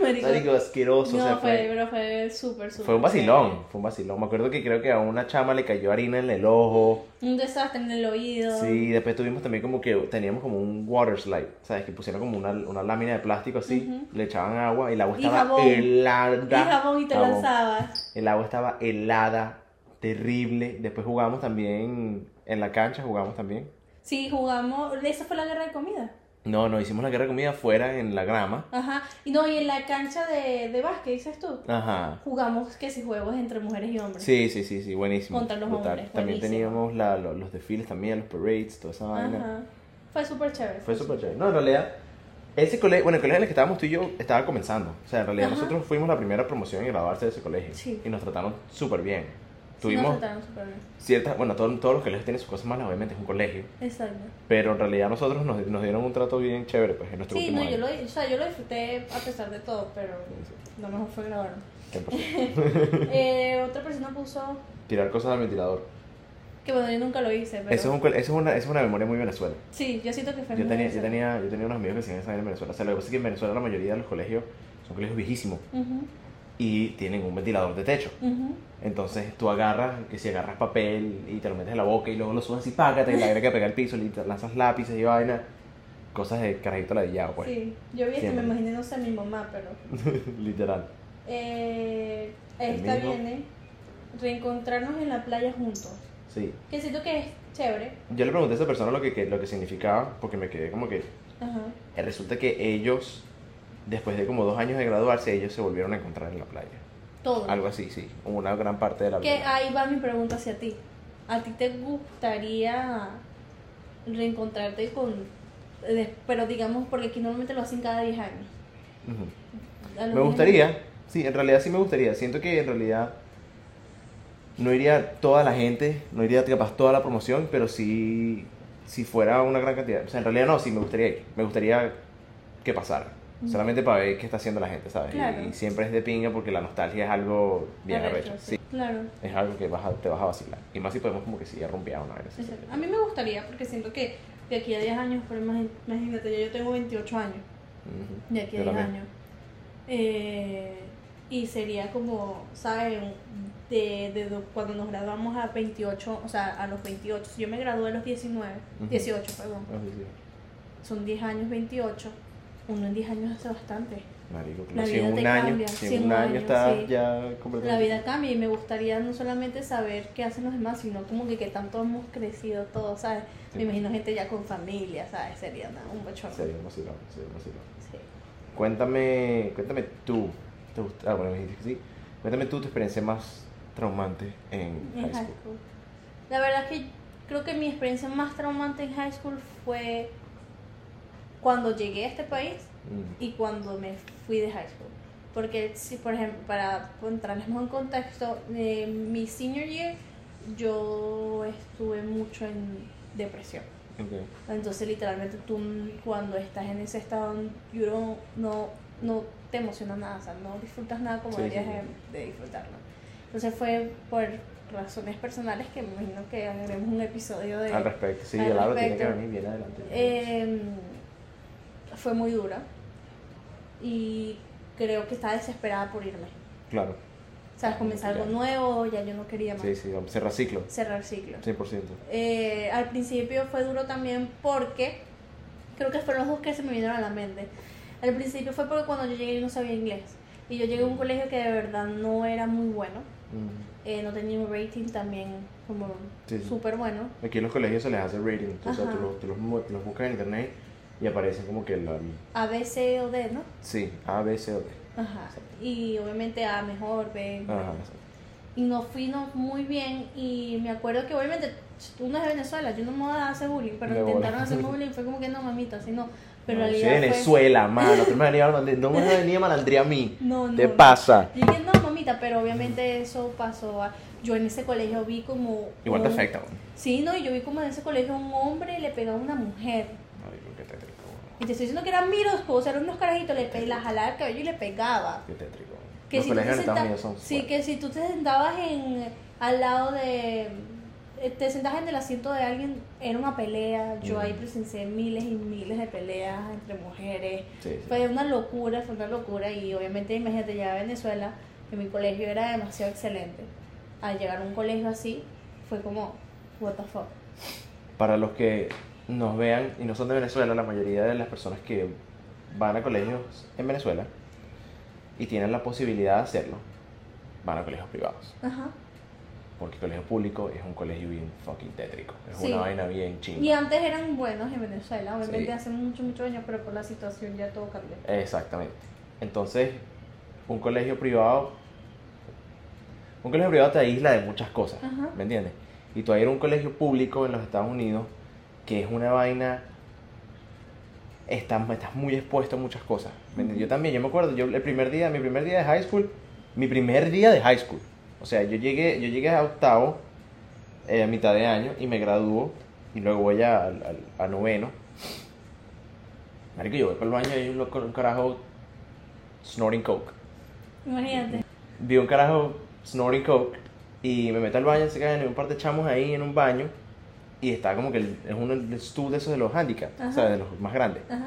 [SPEAKER 2] Marico.
[SPEAKER 1] Marico, asqueroso.
[SPEAKER 2] no,
[SPEAKER 1] o sea,
[SPEAKER 2] fue,
[SPEAKER 1] fue,
[SPEAKER 2] pero fue súper, súper.
[SPEAKER 1] fue un vacilón. Fue un vacilón. Me acuerdo que creo que a una chama le cayó harina en el ojo.
[SPEAKER 2] chévere. Un desastre en el oído.
[SPEAKER 1] Sí, después tuvimos también como que teníamos como un water slide. ¿Sabes? Que pusieron como una, una lámina de plástico así,
[SPEAKER 2] Ujú.
[SPEAKER 1] le echaban agua y el agua
[SPEAKER 2] Y
[SPEAKER 1] estaba
[SPEAKER 2] jabón.
[SPEAKER 1] helada.
[SPEAKER 2] Y jabón y te
[SPEAKER 1] Jabón.
[SPEAKER 2] lanzabas.
[SPEAKER 1] El agua estaba helada, terrible. Después jugamos también en la cancha, jugamos también.
[SPEAKER 2] Sí, jugamos. Esa fue la guerra de comida.
[SPEAKER 1] No, no, hicimos la guerra de comida afuera en la grama.
[SPEAKER 2] Ajá. Y no, y en la cancha de, de básquet, dices tú.
[SPEAKER 1] Ajá.
[SPEAKER 2] Jugamos que si juegos entre mujeres y hombres.
[SPEAKER 1] Sí, sí, sí, sí, buenísimo.
[SPEAKER 2] Contra los
[SPEAKER 1] Brutal.
[SPEAKER 2] hombres,
[SPEAKER 1] También
[SPEAKER 2] buenísimo.
[SPEAKER 1] teníamos la- lo- los desfiles también, los parades, toda esa vaina.
[SPEAKER 2] Ajá. Fue súper chévere.
[SPEAKER 1] Fue súper chévere. No, en realidad, ese colegio, bueno, el colegio en el que estábamos tú y yo estaba comenzando. O sea, en realidad
[SPEAKER 2] Ajá.
[SPEAKER 1] nosotros fuimos la primera promoción en graduarse de ese colegio.
[SPEAKER 2] Sí.
[SPEAKER 1] Y nos trataron súper bien. tuvimos
[SPEAKER 2] nos trataron súper bien.
[SPEAKER 1] ciertas, bueno, todo- todos los colegios tienen sus cosas malas, obviamente es un colegio,
[SPEAKER 2] Exacto.
[SPEAKER 1] pero en realidad nosotros nos, nos dieron un trato bien chévere, pues en nuestro
[SPEAKER 2] Sí,
[SPEAKER 1] último
[SPEAKER 2] no, yo
[SPEAKER 1] año.
[SPEAKER 2] lo, o sea, yo lo disfruté a pesar de todo, pero lo mejor fue grabar.
[SPEAKER 1] Sí, 100%.
[SPEAKER 2] Eh, otra persona puso
[SPEAKER 1] Tirar cosas al ventilador.
[SPEAKER 2] que bueno, yo nunca lo hice, pero
[SPEAKER 1] Eso es, un, col- eso, es una, eso es una memoria muy Venezuela.
[SPEAKER 2] sí, yo siento que fue
[SPEAKER 1] Yo
[SPEAKER 2] muy
[SPEAKER 1] tenía, yo,
[SPEAKER 2] necesario.
[SPEAKER 1] tenía, yo tenía unos amigos que hacían esa vaina en Venezuela. O sea, lo que pasa es que en Venezuela la mayoría de los colegios son colegios viejísimos
[SPEAKER 2] Ujú,
[SPEAKER 1] y tienen un ventilador de techo.
[SPEAKER 2] ujú.
[SPEAKER 1] Entonces tú agarras, que si agarras papel y te lo metes en la boca y luego lo subes así, págate, y la aire que pega el piso, le lanzas lápices y vaina. Cosas de carajito ladillado, pues.
[SPEAKER 2] Sí, yo vi esto, me
[SPEAKER 1] siempre.
[SPEAKER 2] imaginé, no sé, mi mamá, pero
[SPEAKER 1] Literal.
[SPEAKER 2] eh,
[SPEAKER 1] El
[SPEAKER 2] esta
[SPEAKER 1] mismo.
[SPEAKER 2] viene reencontrarnos en la playa juntos,
[SPEAKER 1] Sí.
[SPEAKER 2] que siento que es chévere.
[SPEAKER 1] Yo le pregunté a esa persona lo que, que- lo que significaba, porque me quedé como que.
[SPEAKER 2] Ajá.
[SPEAKER 1] eh, Resulta que ellos, después de como dos años de graduarse, ellos se volvieron a encontrar en la playa.
[SPEAKER 2] Todo.
[SPEAKER 1] Algo así, sí. Una gran parte de la
[SPEAKER 2] Que
[SPEAKER 1] vida.
[SPEAKER 2] ahí va mi pregunta hacia ti. ¿A ti te gustaría reencontrarte con... de- Pero digamos, porque aquí normalmente lo hacen cada 10 años.
[SPEAKER 1] Ujú.
[SPEAKER 2] A los
[SPEAKER 1] Me
[SPEAKER 2] 10
[SPEAKER 1] gustaría, sí, en realidad sí me gustaría. Siento que en realidad no iría toda la gente, no iría capaz toda la promoción, pero sí, si fuera una gran cantidad. O sea, en realidad no, sí me gustaría ir. Me gustaría que pasara.
[SPEAKER 2] Ujú.
[SPEAKER 1] Solamente para ver qué está haciendo la gente, ¿sabes? Y-
[SPEAKER 2] Claro.
[SPEAKER 1] Y, siempre es de pinga porque la nostalgia es algo bien
[SPEAKER 2] Arrecho,
[SPEAKER 1] arrecho.
[SPEAKER 2] sí.
[SPEAKER 1] Sí.
[SPEAKER 2] Claro.
[SPEAKER 1] Es algo que vas a- te vas a vacilar. Y más si podemos como que sí, rompear una vez.
[SPEAKER 2] Exacto. A mí me gustaría, porque siento que de aquí a 10 años, pero imagi- imagínate, ya yo tengo 28 años,
[SPEAKER 1] Ujú.
[SPEAKER 2] de aquí a
[SPEAKER 1] Yo
[SPEAKER 2] 10
[SPEAKER 1] también.
[SPEAKER 2] años. Eh, y sería como, ¿sabes? De, de do- cuando nos graduamos a 28, o sea, a los 28, si yo me gradué a los 19,
[SPEAKER 1] Ujú.
[SPEAKER 2] 18, perdón,
[SPEAKER 1] Ah, sí, sí.
[SPEAKER 2] son 10 años 28, uno en 10 años hace bastante.
[SPEAKER 1] Marico,
[SPEAKER 2] La
[SPEAKER 1] claro, si en
[SPEAKER 2] vida te
[SPEAKER 1] un año,
[SPEAKER 2] cambia,
[SPEAKER 1] si
[SPEAKER 2] si
[SPEAKER 1] en
[SPEAKER 2] en
[SPEAKER 1] un
[SPEAKER 2] un
[SPEAKER 1] año
[SPEAKER 2] año,
[SPEAKER 1] estás
[SPEAKER 2] sí.
[SPEAKER 1] ya completamente.
[SPEAKER 2] La vida cambia y me gustaría no solamente saber qué hacen los demás, sino como que qué tanto hemos crecido todos, ¿sabes?
[SPEAKER 1] Sí.
[SPEAKER 2] Me imagino gente ya con familia, ¿sabes? Sería nada, un bochorno.
[SPEAKER 1] Sería emocionante, sería emocionante.
[SPEAKER 2] Sí.
[SPEAKER 1] Cuéntame, cuéntame tú. ¿Te gusta? Ah, bueno, me dijiste que sí. Cuéntame tú tu experiencia más traumante en
[SPEAKER 2] En
[SPEAKER 1] high
[SPEAKER 2] high
[SPEAKER 1] school.
[SPEAKER 2] school. La verdad es que creo que mi experiencia más traumante en high school fue cuando llegué a este país
[SPEAKER 1] Mm.
[SPEAKER 2] y cuando me fui de high school. Porque, si, por ejemplo, para entrarles más en contexto, eh, mi senior year yo estuve mucho en depresión.
[SPEAKER 1] Ok.
[SPEAKER 2] Entonces, literalmente, tú mm, cuando estás en ese estado, you don't- no, no te emociona nada, o sea, no disfrutas nada como
[SPEAKER 1] Sí, sí,
[SPEAKER 2] deberías
[SPEAKER 1] sí.
[SPEAKER 2] De, de disfrutarlo. Entonces, fue por razones personales que me imagino que haremos un episodio de.
[SPEAKER 1] Al respecto, sí,
[SPEAKER 2] al
[SPEAKER 1] el Laura tiene que
[SPEAKER 2] respecto.
[SPEAKER 1] venir bien adelante.
[SPEAKER 2] Em, fue muy dura y creo que estaba desesperada por irme.
[SPEAKER 1] claro,
[SPEAKER 2] O sea, comenzar algo
[SPEAKER 1] Ah, Ya.
[SPEAKER 2] nuevo, ya yo no quería más
[SPEAKER 1] sí, sí, cerrar ciclo,
[SPEAKER 2] cerrar ciclos.
[SPEAKER 1] 100%.
[SPEAKER 2] Eh, al principio fue duro también porque creo que fueron los dos que se me vinieron a la mente. Al principio fue porque cuando yo llegué yo no sabía inglés y yo llegué a un colegio que de verdad no era muy bueno,
[SPEAKER 1] Mm.
[SPEAKER 2] eh, no tenía un rating también como
[SPEAKER 1] Sí, sí.
[SPEAKER 2] súper bueno.
[SPEAKER 1] Aquí en los colegios se les hace rating, o sea,
[SPEAKER 2] Ajá.
[SPEAKER 1] tú los, tú los mu- los buscas en internet y aparecen como que la.
[SPEAKER 2] A, B, C o D, ¿no?
[SPEAKER 1] Sí, A, B, C, o D.
[SPEAKER 2] Ajá. Y obviamente A mejor, B.
[SPEAKER 1] Ajá,
[SPEAKER 2] Y nos fuimos muy bien y me acuerdo que obviamente tú no es de Venezuela, yo no me voy a hacer bullying, pero
[SPEAKER 1] De
[SPEAKER 2] intentaron
[SPEAKER 1] bola.
[SPEAKER 2] hacerme bullying, fue como que no, mamita, así no. Pero
[SPEAKER 1] no,
[SPEAKER 2] en
[SPEAKER 1] soy
[SPEAKER 2] realidad
[SPEAKER 1] de
[SPEAKER 2] fue-
[SPEAKER 1] Ah, Venezuela, mano, tú me vas a venir a malandre- no me vas a venir a malandría a mí.
[SPEAKER 2] No, no.
[SPEAKER 1] ¿Te
[SPEAKER 2] no.
[SPEAKER 1] pasa?
[SPEAKER 2] Yo dije, no, mamita, pero obviamente eso pasó. a- Yo en ese colegio vi como.
[SPEAKER 1] Igual te
[SPEAKER 2] un-
[SPEAKER 1] afecta, bueno.
[SPEAKER 2] Sí, no, y yo vi como en ese colegio un hombre le pegaba a una mujer.
[SPEAKER 1] Marico, qué tétrico, bueno.
[SPEAKER 2] Y te estoy diciendo que eran miroscos, o sea, eran unos carajitos, le pe- la jalaba el cabello y le pegaba.
[SPEAKER 1] Qué tétrico.
[SPEAKER 2] Que
[SPEAKER 1] Los
[SPEAKER 2] si tú te
[SPEAKER 1] colegios en Estados
[SPEAKER 2] senta-
[SPEAKER 1] Unidos son
[SPEAKER 2] Sí,
[SPEAKER 1] fuertes.
[SPEAKER 2] que si tú te sentabas en al lado de. eh, Te sentabas en el asiento de alguien, era una pelea. Yo ahí
[SPEAKER 1] Mm.
[SPEAKER 2] presencié miles y miles de peleas entre mujeres.
[SPEAKER 1] Sí, sí.
[SPEAKER 2] Fue una locura, fue una locura y obviamente imagínate llegar a Venezuela, que mi colegio era demasiado excelente. Al llegar a un colegio así, fue como, what the fuck.
[SPEAKER 1] Para los que nos vean y no son de Venezuela, la mayoría de las personas que van a colegios en Venezuela y tienen la posibilidad de hacerlo, van a colegios privados.
[SPEAKER 2] Ajá.
[SPEAKER 1] Porque el colegio público es un colegio bien fucking tétrico. Es
[SPEAKER 2] Sí.
[SPEAKER 1] una vaina bien
[SPEAKER 2] Y
[SPEAKER 1] chinga.
[SPEAKER 2] antes eran buenos en Venezuela, obviamente
[SPEAKER 1] Sí.
[SPEAKER 2] hace mucho, muchos años, pero por la situación ya todo cambió.
[SPEAKER 1] Exactamente. Entonces, un colegio privado. Un colegio privado te aísla de muchas cosas.
[SPEAKER 2] Ajá.
[SPEAKER 1] ¿Me entiendes? Y tú vas a ir a un colegio público en los Estados Unidos que es una vaina. Estás, estás muy expuesto a muchas cosas. ¿me entiendes? Yo también, yo me acuerdo, yo el primer día, mi primer día de high school, mi primer día de high school, O sea, yo llegué, yo llegué a octavo eh, a mitad de año y me graduó y luego voy a, al- al- a noveno. Marico, yo voy para el baño y hay un, loco- un carajo snorting coke.
[SPEAKER 2] Imagínate.
[SPEAKER 1] Vi un carajo snorting coke y me meto al baño, se caen un par de chamos ahí en un baño y está como que el- es un el stool de esos de los handicaps,
[SPEAKER 2] Ajá.
[SPEAKER 1] o sea, de los más grandes.
[SPEAKER 2] Ajá.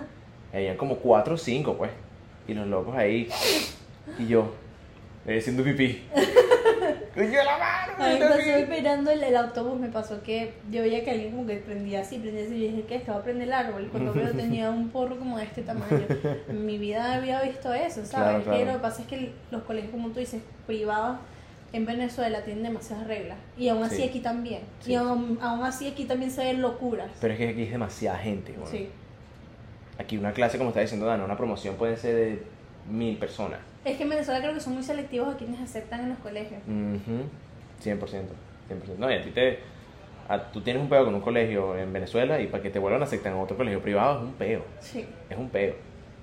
[SPEAKER 1] Habían como cuatro o cinco, pues. Y los locos ahí. Y yo, eh, haciendo pipí. ¡Coño de la mano!
[SPEAKER 2] A mí me
[SPEAKER 1] haciendo
[SPEAKER 2] pasó
[SPEAKER 1] pipí.
[SPEAKER 2] esperando el, el autobús, me pasó que yo veía que alguien como que prendía así, prendía así, y yo dije que estaba prender el árbol, cuando veo tenía un porro como de este tamaño. En mi vida había visto eso,
[SPEAKER 1] Claro,
[SPEAKER 2] ¿sabes?
[SPEAKER 1] claro.
[SPEAKER 2] Que lo que pasa es que los colegios, como tú dices, privados en Venezuela tienen demasiadas reglas, y aún así
[SPEAKER 1] Sí.
[SPEAKER 2] aquí también,
[SPEAKER 1] Sí.
[SPEAKER 2] y aún, aún así aquí también se ven locuras.
[SPEAKER 1] Pero es que aquí es demasiada gente, weón.
[SPEAKER 2] Sí.
[SPEAKER 1] Aquí una clase, como está diciendo Dana, una promoción puede ser de mil personas.
[SPEAKER 2] Es que en Venezuela creo que son muy selectivos a quienes aceptan en los colegios.
[SPEAKER 1] Ujú, 100%. 100%. No, y a ti te. a- tú tienes un peo con un colegio en Venezuela y para que te vuelvan a aceptar en otro colegio privado es un peo.
[SPEAKER 2] Sí.
[SPEAKER 1] Es un peo.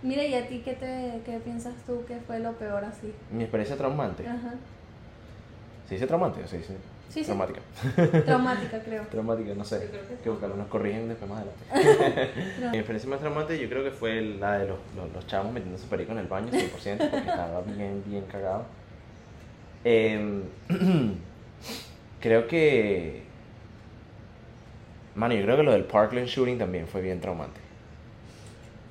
[SPEAKER 2] Mira, ¿y a ti qué, te, qué piensas tú que fue lo peor así?
[SPEAKER 1] Mi experiencia traumante.
[SPEAKER 2] Ajá.
[SPEAKER 1] ¿Se dice traumante o se dice
[SPEAKER 2] Ah. Sí, sí.
[SPEAKER 1] traumática?
[SPEAKER 2] Traumática, creo.
[SPEAKER 1] Traumática, no sé.
[SPEAKER 2] Yo creo que
[SPEAKER 1] que buscarlo, nos corrigen después más adelante. Mi experiencia más traumante yo creo que fue la de los, los, los chavos metiéndose perico en el baño, 100%, porque estaba bien, bien cagado. Em, creo que... Mano, yo creo que lo del Parkland shooting también fue bien traumante.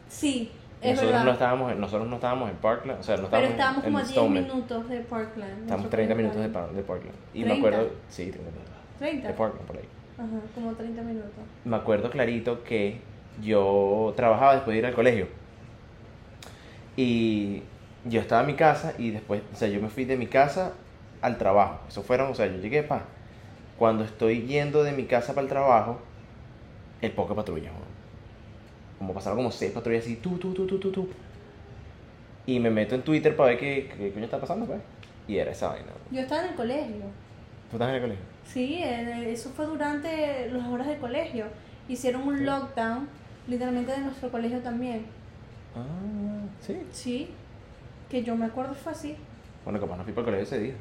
[SPEAKER 2] Sí, es
[SPEAKER 1] Nosotros
[SPEAKER 2] verdad.
[SPEAKER 1] no, estábamos, nosotros no estábamos en Parkland, o sea, no
[SPEAKER 2] pero
[SPEAKER 1] estábamos, en-
[SPEAKER 2] estábamos
[SPEAKER 1] en,
[SPEAKER 2] como a 10
[SPEAKER 1] Stoneman.
[SPEAKER 2] minutos de Parkland.
[SPEAKER 1] Estábamos
[SPEAKER 2] nuestro
[SPEAKER 1] 30
[SPEAKER 2] primer
[SPEAKER 1] minutos de,
[SPEAKER 2] baño.
[SPEAKER 1] Par- de Parkland. Y me
[SPEAKER 2] 30.
[SPEAKER 1] acuerdo... Sí, 30 minutos. De
[SPEAKER 2] 30.
[SPEAKER 1] Parkland, por ahí.
[SPEAKER 2] Ajá, como 30 minutos.
[SPEAKER 1] me acuerdo clarito que yo trabajaba después de ir al colegio. Y yo estaba en mi casa y después, o sea, yo me fui de mi casa al trabajo. Eso fueron, o sea, yo llegué pa. Cuando estoy yendo de mi casa para el trabajo, el poco patrulla, weón. Como pasaron como seis patrullas así, tú, tú, tú, tú, tú, tú. Y me meto en Twitter para ver qué, qué coño está pasando, pues. Y era esa vaina. weón.
[SPEAKER 2] Yo estaba en el colegio.
[SPEAKER 1] ¿Tú estás en el colegio?
[SPEAKER 2] Sí, en el- eso fue durante las horas de colegio. Hicieron un
[SPEAKER 1] Sí.
[SPEAKER 2] lockdown, literalmente de nuestro colegio también.
[SPEAKER 1] Ah, sí.
[SPEAKER 2] Sí, que yo me acuerdo fue así.
[SPEAKER 1] Bueno, capaz no fui para el colegio ese día.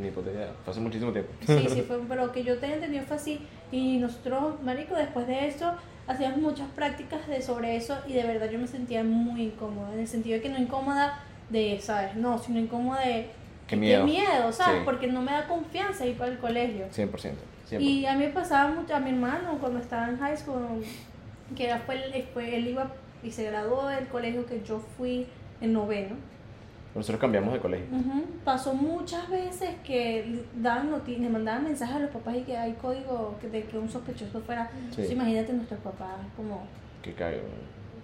[SPEAKER 1] Ni puta idea. Fue hace muchísimo tiempo.
[SPEAKER 2] Sí, sí, fue, pero que yo tenía entendido fue así. Y nosotros, Marico, después de eso, hacíamos muchas prácticas de, sobre eso y de verdad yo me sentía muy incómoda. En el sentido de que no incómoda de, ¿sabes? No, sino incómoda de,
[SPEAKER 1] Qué miedo.
[SPEAKER 2] de miedo, ¿sabes?
[SPEAKER 1] Sí.
[SPEAKER 2] Porque no me da confianza ir para el colegio.
[SPEAKER 1] 100%. 100%.
[SPEAKER 2] Y a mí me pasaba mucho, a mi hermano cuando estaba en high school, que era, fue, el- fue- él iba y se graduó del colegio que yo fui en noveno.
[SPEAKER 1] Nosotros cambiamos de colegio.
[SPEAKER 2] Ujú. Pasó muchas veces que daban noti- le mandaban mensajes a los papás y que hay código que- de que un sospechoso fuera.
[SPEAKER 1] Sí.
[SPEAKER 2] Entonces, imagínate nuestros papás, como,
[SPEAKER 1] Que cago.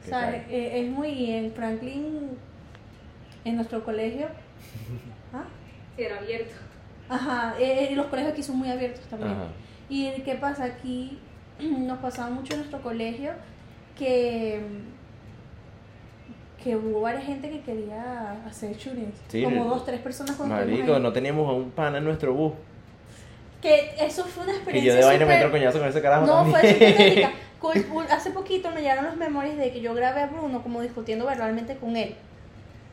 [SPEAKER 1] Que
[SPEAKER 2] ¿sabes?
[SPEAKER 1] cago.
[SPEAKER 2] Eh, es muy y en Franklin, en nuestro colegio. ¿ah?
[SPEAKER 3] Sí, era abierto.
[SPEAKER 2] Ajá, eh, eh, los colegios aquí son muy abiertos también.
[SPEAKER 1] Ajá.
[SPEAKER 2] ¿Y qué pasa? Aquí nos pasaba mucho en nuestro colegio que, que hubo varias gente que quería hacer shootings.
[SPEAKER 1] Sí,
[SPEAKER 2] como
[SPEAKER 1] le-
[SPEAKER 2] dos, tres personas cuando
[SPEAKER 1] Marico,
[SPEAKER 2] estuvimos ahí.
[SPEAKER 1] no teníamos a un pana en nuestro bus.
[SPEAKER 2] Que eso fue una
[SPEAKER 1] Que
[SPEAKER 2] experiencia
[SPEAKER 1] yo de vaina me
[SPEAKER 2] súper-
[SPEAKER 1] entro coñazo con ese carajo.
[SPEAKER 2] No, fue
[SPEAKER 1] también.
[SPEAKER 2] súper épica. Con- un- Hace poquito me llegaron los memorias de que yo grabé a Bruno como discutiendo verbalmente con él.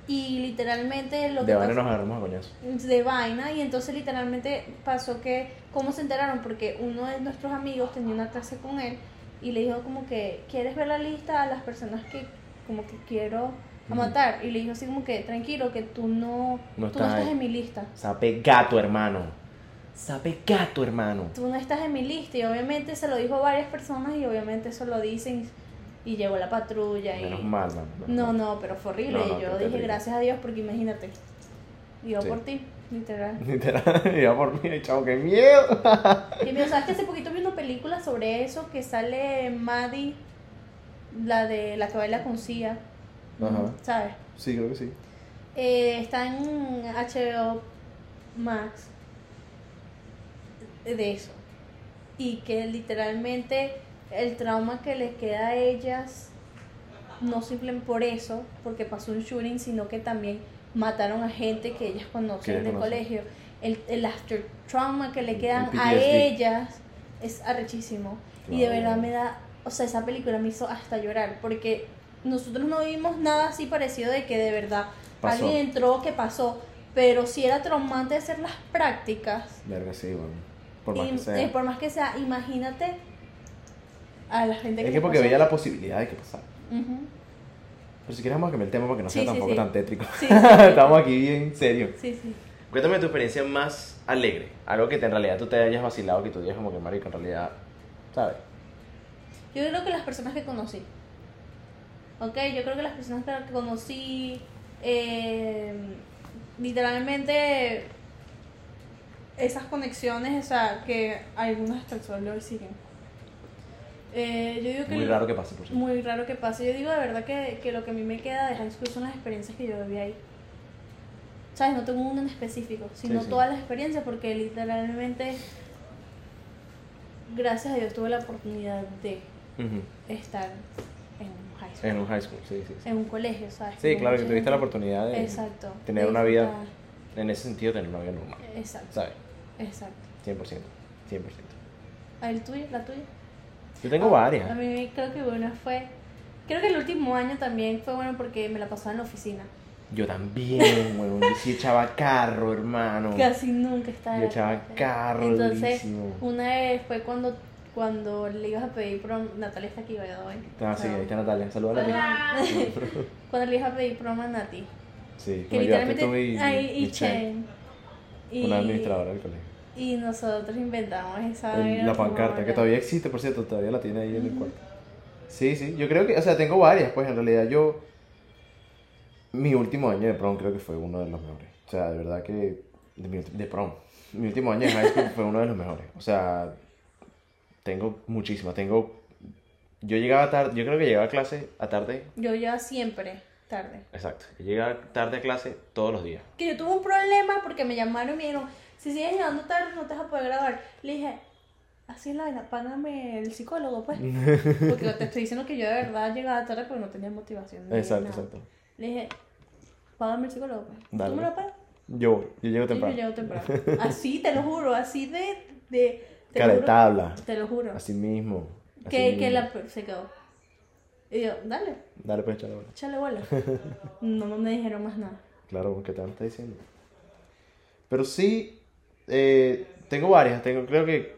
[SPEAKER 2] Y literalmente lo
[SPEAKER 1] De
[SPEAKER 2] que
[SPEAKER 1] vaina
[SPEAKER 2] pasó-
[SPEAKER 1] nos agarramos a coñazo.
[SPEAKER 2] de vaina y entonces literalmente pasó que cómo se enteraron porque uno de nuestros amigos tenía una clase con él y le dijo como que quieres ver la lista a las personas que como que quiero a
[SPEAKER 1] Ujú.
[SPEAKER 2] matar y le dijo así como que tranquilo que tú no
[SPEAKER 1] No
[SPEAKER 2] tú no
[SPEAKER 1] estás
[SPEAKER 2] estás
[SPEAKER 1] ahí.
[SPEAKER 2] en mi lista
[SPEAKER 1] Sape gato, hermano. Sape gato, hermano.
[SPEAKER 2] tú no estás en mi lista y obviamente se lo dijo a varias personas y obviamente eso lo dicen y llegó la patrulla y
[SPEAKER 1] Menos mal, man. menos
[SPEAKER 2] no
[SPEAKER 1] mal.
[SPEAKER 2] no pero fue horrible
[SPEAKER 1] No, no,
[SPEAKER 2] y
[SPEAKER 1] qué
[SPEAKER 2] yo dije
[SPEAKER 1] terrible.
[SPEAKER 2] gracias a Dios porque imagínate yo
[SPEAKER 1] Sí.
[SPEAKER 2] por ti literal
[SPEAKER 1] Literal, iba por mí, chavo, qué miedo.
[SPEAKER 2] Y mira, sabes que hace poquito vi una película sobre eso que sale Maddie, la de la que baila con Sia.
[SPEAKER 1] Ajá.
[SPEAKER 2] ¿Sabes?
[SPEAKER 1] Sí, creo que sí.
[SPEAKER 2] Eh, está en HBO Max de eso. Y que literalmente el trauma que les queda a ellas, no simplemente por eso, porque pasó un shooting, sino que también mataron a gente que ellas
[SPEAKER 1] Que
[SPEAKER 2] conocen
[SPEAKER 1] ellas
[SPEAKER 2] del
[SPEAKER 1] conocen.
[SPEAKER 2] colegio. El, el after trauma que le
[SPEAKER 1] El
[SPEAKER 2] quedan a
[SPEAKER 1] PTSD.
[SPEAKER 2] ellas es arrechísimo. Y de
[SPEAKER 1] Claro.
[SPEAKER 2] verdad me da, o sea, esa película me hizo hasta llorar, porque nosotros no vimos nada así parecido de que de verdad
[SPEAKER 1] Pasó.
[SPEAKER 2] alguien entró que pasó, pero sí era traumante hacer las prácticas.
[SPEAKER 1] Verga, sí, bueno. Por más
[SPEAKER 2] y,
[SPEAKER 1] que sea.
[SPEAKER 2] eh, por más que sea, imagínate a la gente
[SPEAKER 1] es
[SPEAKER 2] le
[SPEAKER 1] que porque
[SPEAKER 2] pasó.
[SPEAKER 1] veía la posibilidad de que pasara.
[SPEAKER 2] Ujú.
[SPEAKER 1] Pero Pues si quieres vamos a cambiar el tema porque no
[SPEAKER 2] Sí,
[SPEAKER 1] sea
[SPEAKER 2] sí,
[SPEAKER 1] tampoco
[SPEAKER 2] sí.
[SPEAKER 1] tan tétrico.
[SPEAKER 2] Sí, sí, sí.
[SPEAKER 1] Estamos aquí bien serio.
[SPEAKER 2] Sí, sí.
[SPEAKER 1] Cuéntame tu experiencia más alegre. Algo que te- en realidad tú te hayas vacilado, que tú digas como que marico, en realidad, ¿sabes?
[SPEAKER 2] Yo creo que las personas que conocí. Ok, yo creo que las personas que- que conocí. eh, literalmente. Esas conexiones, o sea, que algunas hasta el sol de hoy siguen. Eh, yo digo que
[SPEAKER 1] Muy raro que pase, por cierto.
[SPEAKER 2] muy raro que pase. Yo digo de verdad que, que lo que a mí me queda de high school son las experiencias que yo viví ahí. ¿Sabes? No tengo una en específico, sino
[SPEAKER 1] sí.
[SPEAKER 2] todas las experiencias, porque literalmente, gracias a Dios, tuve la oportunidad de
[SPEAKER 1] Ujú.
[SPEAKER 2] estar en un high school,
[SPEAKER 1] En un high school, sí, sí. Sí,
[SPEAKER 2] en un colegio, ¿sabes?
[SPEAKER 1] Sí,
[SPEAKER 2] Como
[SPEAKER 1] claro, que
[SPEAKER 2] mucha
[SPEAKER 1] tuviste la
[SPEAKER 2] gente-
[SPEAKER 1] oportunidad de
[SPEAKER 2] Exacto,
[SPEAKER 1] tener
[SPEAKER 2] de
[SPEAKER 1] una vida,
[SPEAKER 2] disfrutar.
[SPEAKER 1] en ese sentido, tener una vida normal,
[SPEAKER 2] Exacto,
[SPEAKER 1] ¿sabes?
[SPEAKER 2] exacto.
[SPEAKER 1] 100%, 100%.
[SPEAKER 2] ¿A ¿El tuyo? ¿La tuya? Ah,
[SPEAKER 1] Yo tengo
[SPEAKER 2] A
[SPEAKER 1] varias.
[SPEAKER 2] mí creo que bueno fue. Creo que el último año también fue bueno porque me la pasaba en la oficina.
[SPEAKER 1] Yo también, weón. Yo sí echaba carro, hermano.
[SPEAKER 2] Casi nunca estaba. en
[SPEAKER 1] Yo
[SPEAKER 2] la
[SPEAKER 1] echaba
[SPEAKER 2] clase.
[SPEAKER 1] carro
[SPEAKER 2] Entonces,
[SPEAKER 1] durísimo.
[SPEAKER 2] una vez fue cuando, cuando le ibas a pedir prom. Natalia está aquí, vaya hoy.
[SPEAKER 1] Ah, sí, ahí está Natalia. Saluda a Natalia.
[SPEAKER 2] cuando le ibas a pedir prom a Nati.
[SPEAKER 1] Sí,
[SPEAKER 2] Que
[SPEAKER 1] me ayudaste tú
[SPEAKER 2] literalmente.
[SPEAKER 1] y,
[SPEAKER 2] ahí, y
[SPEAKER 1] y Chen,
[SPEAKER 2] Chen. Y,
[SPEAKER 1] una administradora del colegio.
[SPEAKER 2] y nosotros inventamos esa.
[SPEAKER 1] El-
[SPEAKER 2] vaina
[SPEAKER 1] la
[SPEAKER 2] como
[SPEAKER 1] pancarta, que
[SPEAKER 2] bacán.
[SPEAKER 1] todavía existe, por cierto, todavía la tiene ahí en el
[SPEAKER 2] Ujú.
[SPEAKER 1] cuarto. Sí, sí, yo creo que, o sea, tengo varias, pues en realidad yo, mi último año de prom creo que fue uno de los mejores. O sea, de verdad que, de, mi ulti- de prom, mi último año de high school fue uno de los mejores. O sea, tengo muchísimas, tengo, yo llegaba tarde, yo creo que llegaba a clase a tarde,
[SPEAKER 2] Yo ya siempre tarde.
[SPEAKER 1] exacto, yo llegaba tarde a clase todos los días.
[SPEAKER 2] que yo tuve un problema porque me llamaron y me dijeron, si sigues llegando tarde no te vas a poder grabar. Le dije, así es la vaina, págame el psicólogo, pues. Porque te estoy diciendo que yo de verdad llegaba tarde porque Mm, no tenía motivación. ni
[SPEAKER 1] Exacto,
[SPEAKER 2] nada.
[SPEAKER 1] exacto.
[SPEAKER 2] Le dije, págame el psicólogo, pues.
[SPEAKER 1] Dale.
[SPEAKER 2] ¿Tú me lo pagas?
[SPEAKER 1] Yo, voy, yo llego
[SPEAKER 2] Y yo
[SPEAKER 1] temprano.
[SPEAKER 2] llego temprano. Así, te lo juro, así de... de te
[SPEAKER 1] Cara
[SPEAKER 2] lo
[SPEAKER 1] de
[SPEAKER 2] juro,
[SPEAKER 1] tabla,
[SPEAKER 2] Te lo juro.
[SPEAKER 1] así mismo. así
[SPEAKER 2] que que
[SPEAKER 1] mismo.
[SPEAKER 2] la, se quedó. Y yo, dale,
[SPEAKER 1] Dale, pues, échale bola.
[SPEAKER 2] échale bola. No, no me dijeron más nada.
[SPEAKER 1] Claro, porque te está diciendo. Pero sí, eh, tengo varias. Tengo, creo que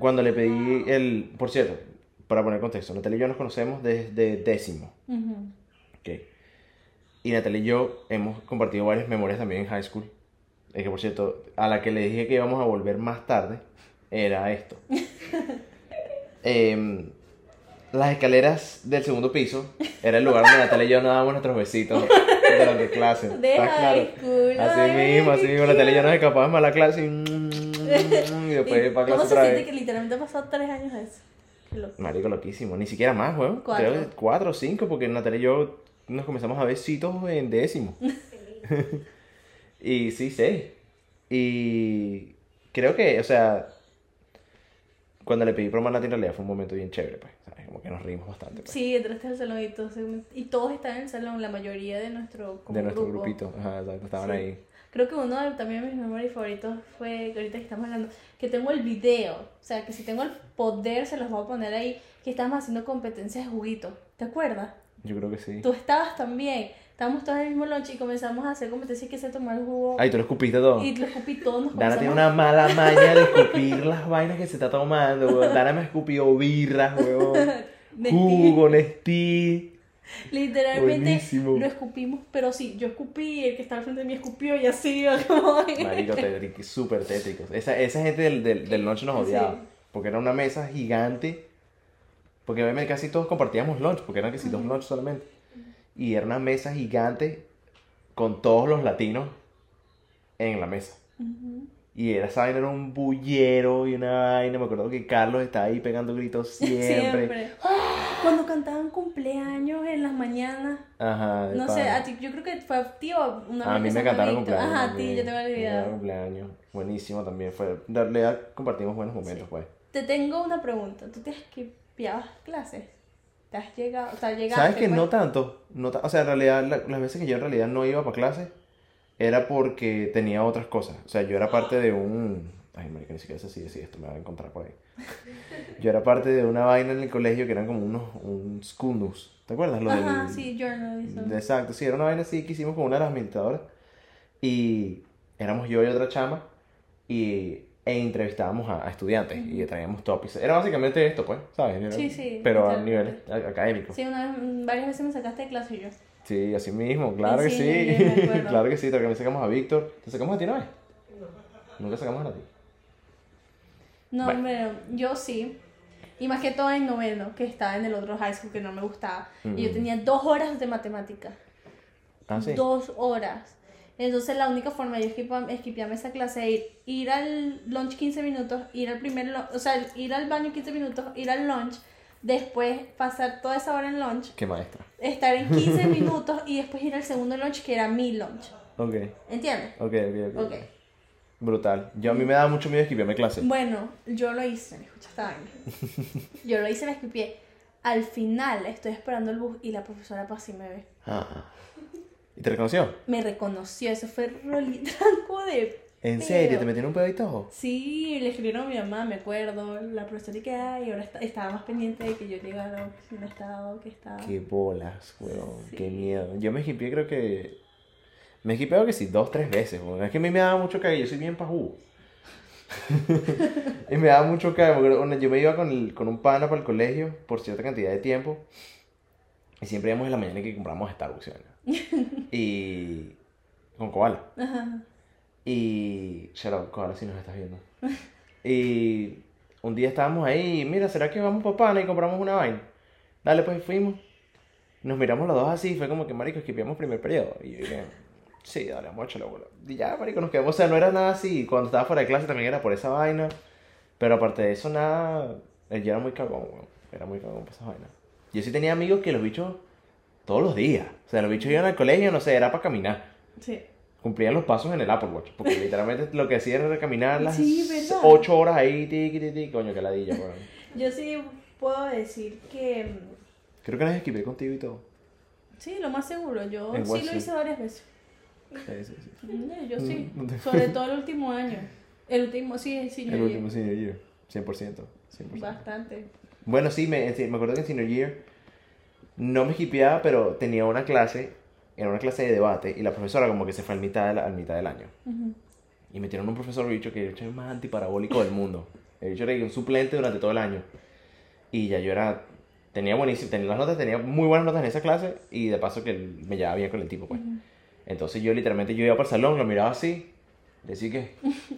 [SPEAKER 1] cuando le pedí el. Por cierto, para poner contexto, Natalia y yo nos conocemos desde décimo.
[SPEAKER 2] Ujú.
[SPEAKER 1] ok. Y Natalia y yo hemos compartido varias memorias también en high school. Es que, por cierto, a la que le dije que íbamos a volver más tarde, era esto. Em, las escaleras del segundo piso era el lugar donde Natalia y yo nos dábamos nuestros besitos durante clase. ¿está
[SPEAKER 2] De
[SPEAKER 1] claro?
[SPEAKER 2] high school.
[SPEAKER 1] Así
[SPEAKER 2] ay,
[SPEAKER 1] mismo, así
[SPEAKER 2] qué
[SPEAKER 1] mismo. Natalia y yo
[SPEAKER 2] cute.
[SPEAKER 1] nos escapábamos a la clase y, y después
[SPEAKER 2] ¿Y
[SPEAKER 1] para
[SPEAKER 2] ¿Cómo
[SPEAKER 1] clase
[SPEAKER 2] se
[SPEAKER 1] otra
[SPEAKER 2] siente
[SPEAKER 1] vez.
[SPEAKER 2] que literalmente ha pasado tres años de eso? Qué loco.
[SPEAKER 1] Marico, loquísimo. Ni siquiera más, weón.
[SPEAKER 2] Cuatro.
[SPEAKER 1] Creo que cuatro o cinco, porque Natalia y yo nos comenzamos a ver citos en décimo. y sí, seis. Y creo que, o sea, cuando le pedí promo a Nati, en realidad fue un momento bien chévere, pues. ¿sabes? Como que nos rimos bastante, pues.
[SPEAKER 2] Sí, entraste al salón y todos, se- y todos están en el salón, la mayoría de nuestro como
[SPEAKER 1] de nuestro
[SPEAKER 2] grupo.
[SPEAKER 1] grupito. Ajá, exacto, estaban
[SPEAKER 2] Sí.
[SPEAKER 1] ahí.
[SPEAKER 2] Creo que uno de también de mis memorias favoritos fue que ahorita que estamos hablando, que tengo el video, o sea, que si tengo el poder se los voy a poner ahí, que estábamos haciendo competencias de juguito, ¿te acuerdas?
[SPEAKER 1] Yo creo que sí.
[SPEAKER 2] Tú estabas también, estábamos todos en el mismo lunch y comenzamos a hacer competencias que se tomar el jugo
[SPEAKER 1] Ay, tú lo escupiste todo.
[SPEAKER 2] y los escupí todos, nos
[SPEAKER 1] Dana tiene
[SPEAKER 2] comenzamos-
[SPEAKER 1] una mala maña de escupir las vainas que se está tomando, weón. Dana me escupió birras, weón.
[SPEAKER 2] Nestí.
[SPEAKER 1] Jugo, Nestí.
[SPEAKER 2] Literalmente
[SPEAKER 1] Buenísimo.
[SPEAKER 2] lo escupimos, pero sí, yo escupí, el que estaba al frente de mí escupió y así, yo como...
[SPEAKER 1] Marico, tétrico, súper tétrico. Esa, esa gente del, del, del lunch nos odiaba.
[SPEAKER 2] Sí.
[SPEAKER 1] Porque era una mesa gigante. Porque obviamente casi todos compartíamos lunch, porque eran casi dos lunch solamente. Y era una mesa gigante con todos los latinos en la mesa.
[SPEAKER 2] Ujú.
[SPEAKER 1] Y era, esa vaina era un bullero y una vaina. Me acuerdo que Carlos estaba ahí pegando gritos siempre.
[SPEAKER 2] Siempre. Cuando cantaban cumpleaños en las mañanas,
[SPEAKER 1] Ajá. de
[SPEAKER 2] no
[SPEAKER 1] pana.
[SPEAKER 2] sé, a ti, yo creo que fue a ti o una
[SPEAKER 1] A
[SPEAKER 2] vez
[SPEAKER 1] mí
[SPEAKER 2] que
[SPEAKER 1] me
[SPEAKER 2] San
[SPEAKER 1] cantaron
[SPEAKER 2] Benito.
[SPEAKER 1] cumpleaños.
[SPEAKER 2] Ajá, a ti,
[SPEAKER 1] también.
[SPEAKER 2] yo te voy a
[SPEAKER 1] Me cantaron
[SPEAKER 2] olvidar.
[SPEAKER 1] cumpleaños. Buenísimo también fue. En realidad compartimos buenos momentos, pues.
[SPEAKER 2] Te tengo una pregunta, ¿tú te esquipeabas clases? ¿Te has llegado, o sea, llegaste?
[SPEAKER 1] ¿Sabes que
[SPEAKER 2] pues?
[SPEAKER 1] no tanto? No ta- o sea, en realidad, la- las veces que yo en realidad no iba para clases era porque tenía otras cosas. O sea, yo era parte de un. Ay, marica, ni siquiera sé si decir esto, me van a encontrar por ahí. Yo era parte de una vaina en el colegio que eran como unos. un school news. ¿Te acuerdas? Lo
[SPEAKER 2] Ajá,
[SPEAKER 1] del-
[SPEAKER 2] sí, journalism.
[SPEAKER 1] Exacto, sí, era una vaina así que hicimos con una de las administradoras. y éramos yo y otra chama y e entrevistábamos a, a estudiantes y traíamos topics. Era básicamente esto, pues, ¿sabes? Era-
[SPEAKER 2] Sí, sí,
[SPEAKER 1] Pero a
[SPEAKER 2] totalmente.
[SPEAKER 1] niveles a- académicos. Sí.
[SPEAKER 2] Sí, una vez, varias veces me sacaste de clase y yo.
[SPEAKER 1] así mismo, claro que
[SPEAKER 2] Sí,
[SPEAKER 1] sí.
[SPEAKER 2] bien, me acuerdo.
[SPEAKER 1] claro que sí, también sacamos a Víctor. ¿Te sacamos a ti una vez? Nunca sacamos a ti.
[SPEAKER 2] No,
[SPEAKER 1] Bueno.
[SPEAKER 2] hombre, yo sí. Y más que todo en noveno, que estaba en el otro high school que no me gustaba. Y yo
[SPEAKER 1] Mm.
[SPEAKER 2] tenía dos horas de matemática.
[SPEAKER 1] Ah, sí.
[SPEAKER 2] Dos horas. Entonces la única forma de yo esquipa- esquipearme esa clase de ir, ir al lunch 15 minutos, ir al primer lu- o sea, ir al baño 15 minutos, ir al lunch, después pasar toda esa hora en lunch,
[SPEAKER 1] Qué maestra.
[SPEAKER 2] estar en 15 minutos y después ir al segundo lunch que era mi lunch.
[SPEAKER 1] Ok,
[SPEAKER 2] ¿Entiendes?
[SPEAKER 1] ok, ok.
[SPEAKER 2] Ok.
[SPEAKER 1] Brutal. Yo a mí me daba mucho miedo esquivarme clase.
[SPEAKER 2] Bueno, yo lo hice, me escucha esta vaina. Yo lo hice, me esquipié. Al final estoy esperando el bus y la profesora pasó y me ve.
[SPEAKER 1] Ah. ¿Y te reconoció?
[SPEAKER 2] Me reconoció, eso fue rolitranco de.
[SPEAKER 1] ¿En
[SPEAKER 2] pedo.
[SPEAKER 1] serio? ¿Te metieron un pedo y todo?
[SPEAKER 2] Sí, le escribieron a mi mamá, me acuerdo, la profesora y que ay, ahora está- estaba más pendiente de que yo llegara, que si no estaba, que estaba.
[SPEAKER 1] Qué bolas, weón. Qué
[SPEAKER 2] Sí.
[SPEAKER 1] miedo. Yo me esquipié creo que... Me esquipié creo que sí, dos, tres veces, weón. Es que a mí me daba mucho cague, yo soy bien pajú. y me daba mucho cague, porque bueno, yo me iba con, el- con un pana para el colegio por cierta cantidad de tiempo. Y siempre íbamos en la mañana que compramos Starbucks, ¿sí? Y... Con Koala.
[SPEAKER 2] Ajá.
[SPEAKER 1] Y. Shout ahora si nos estás viendo. Y. Un día estábamos ahí, y mira, ¿será que vamos para Pana y compramos una vaina? Dale, pues y fuimos. Nos miramos los dos así, fue como que, marico, esquipeamos primer periodo. Y yo dije, sí, dale, vamos a echarle bola. Y ya, marico, nos quedamos. O sea, no era nada así. Cuando estaba fuera de clase también era por esa vaina. Pero aparte de eso, nada. eh, Yo era muy cagón, weón. Era muy cagón por esas vainas. Yo sí tenía amigos que los bichos todos los días. O sea, los bichos iban al colegio, no sé, era para caminar
[SPEAKER 2] Sí.
[SPEAKER 1] cumplían los pasos en el Apple Watch, porque literalmente lo que hacían era caminar las
[SPEAKER 2] Sí, ¿verdad?
[SPEAKER 1] 8 horas ahí, tiqui, tiqui, coño, que ladilla, weón.
[SPEAKER 2] Yo sí puedo decir que. mm,
[SPEAKER 1] Creo que las esquivé contigo y todo.
[SPEAKER 2] Sí, lo más seguro, yo
[SPEAKER 1] En
[SPEAKER 2] sí
[SPEAKER 1] Guasu.
[SPEAKER 2] lo hice varias veces.
[SPEAKER 1] Sí, sí, sí.
[SPEAKER 2] No, Yo sí,
[SPEAKER 1] Mm, te-
[SPEAKER 2] sobre todo el último año. El último, sí, sí,
[SPEAKER 1] El último Senior Year, 100%. 100%.
[SPEAKER 2] Bastante.
[SPEAKER 1] Bueno, sí, me, sí, me acuerdo que en Senior Year no me esquipeaba, pero tenía una clase, era una clase de debate, y la profesora como que se fue al mitad, de la- al mitad del año.
[SPEAKER 2] Ujú.
[SPEAKER 1] Y metieron un profesor bicho que era el más antiparabólico del mundo. El bicho era un suplente durante todo el año. Y ya yo era. Tenía buenísimo, tenía las notas, tenía muy buenas notas en esa clase. Y de paso que el- me llevaba bien con el tipo, pues. Entonces yo literalmente yo iba para el salón, lo miraba así. Decía que.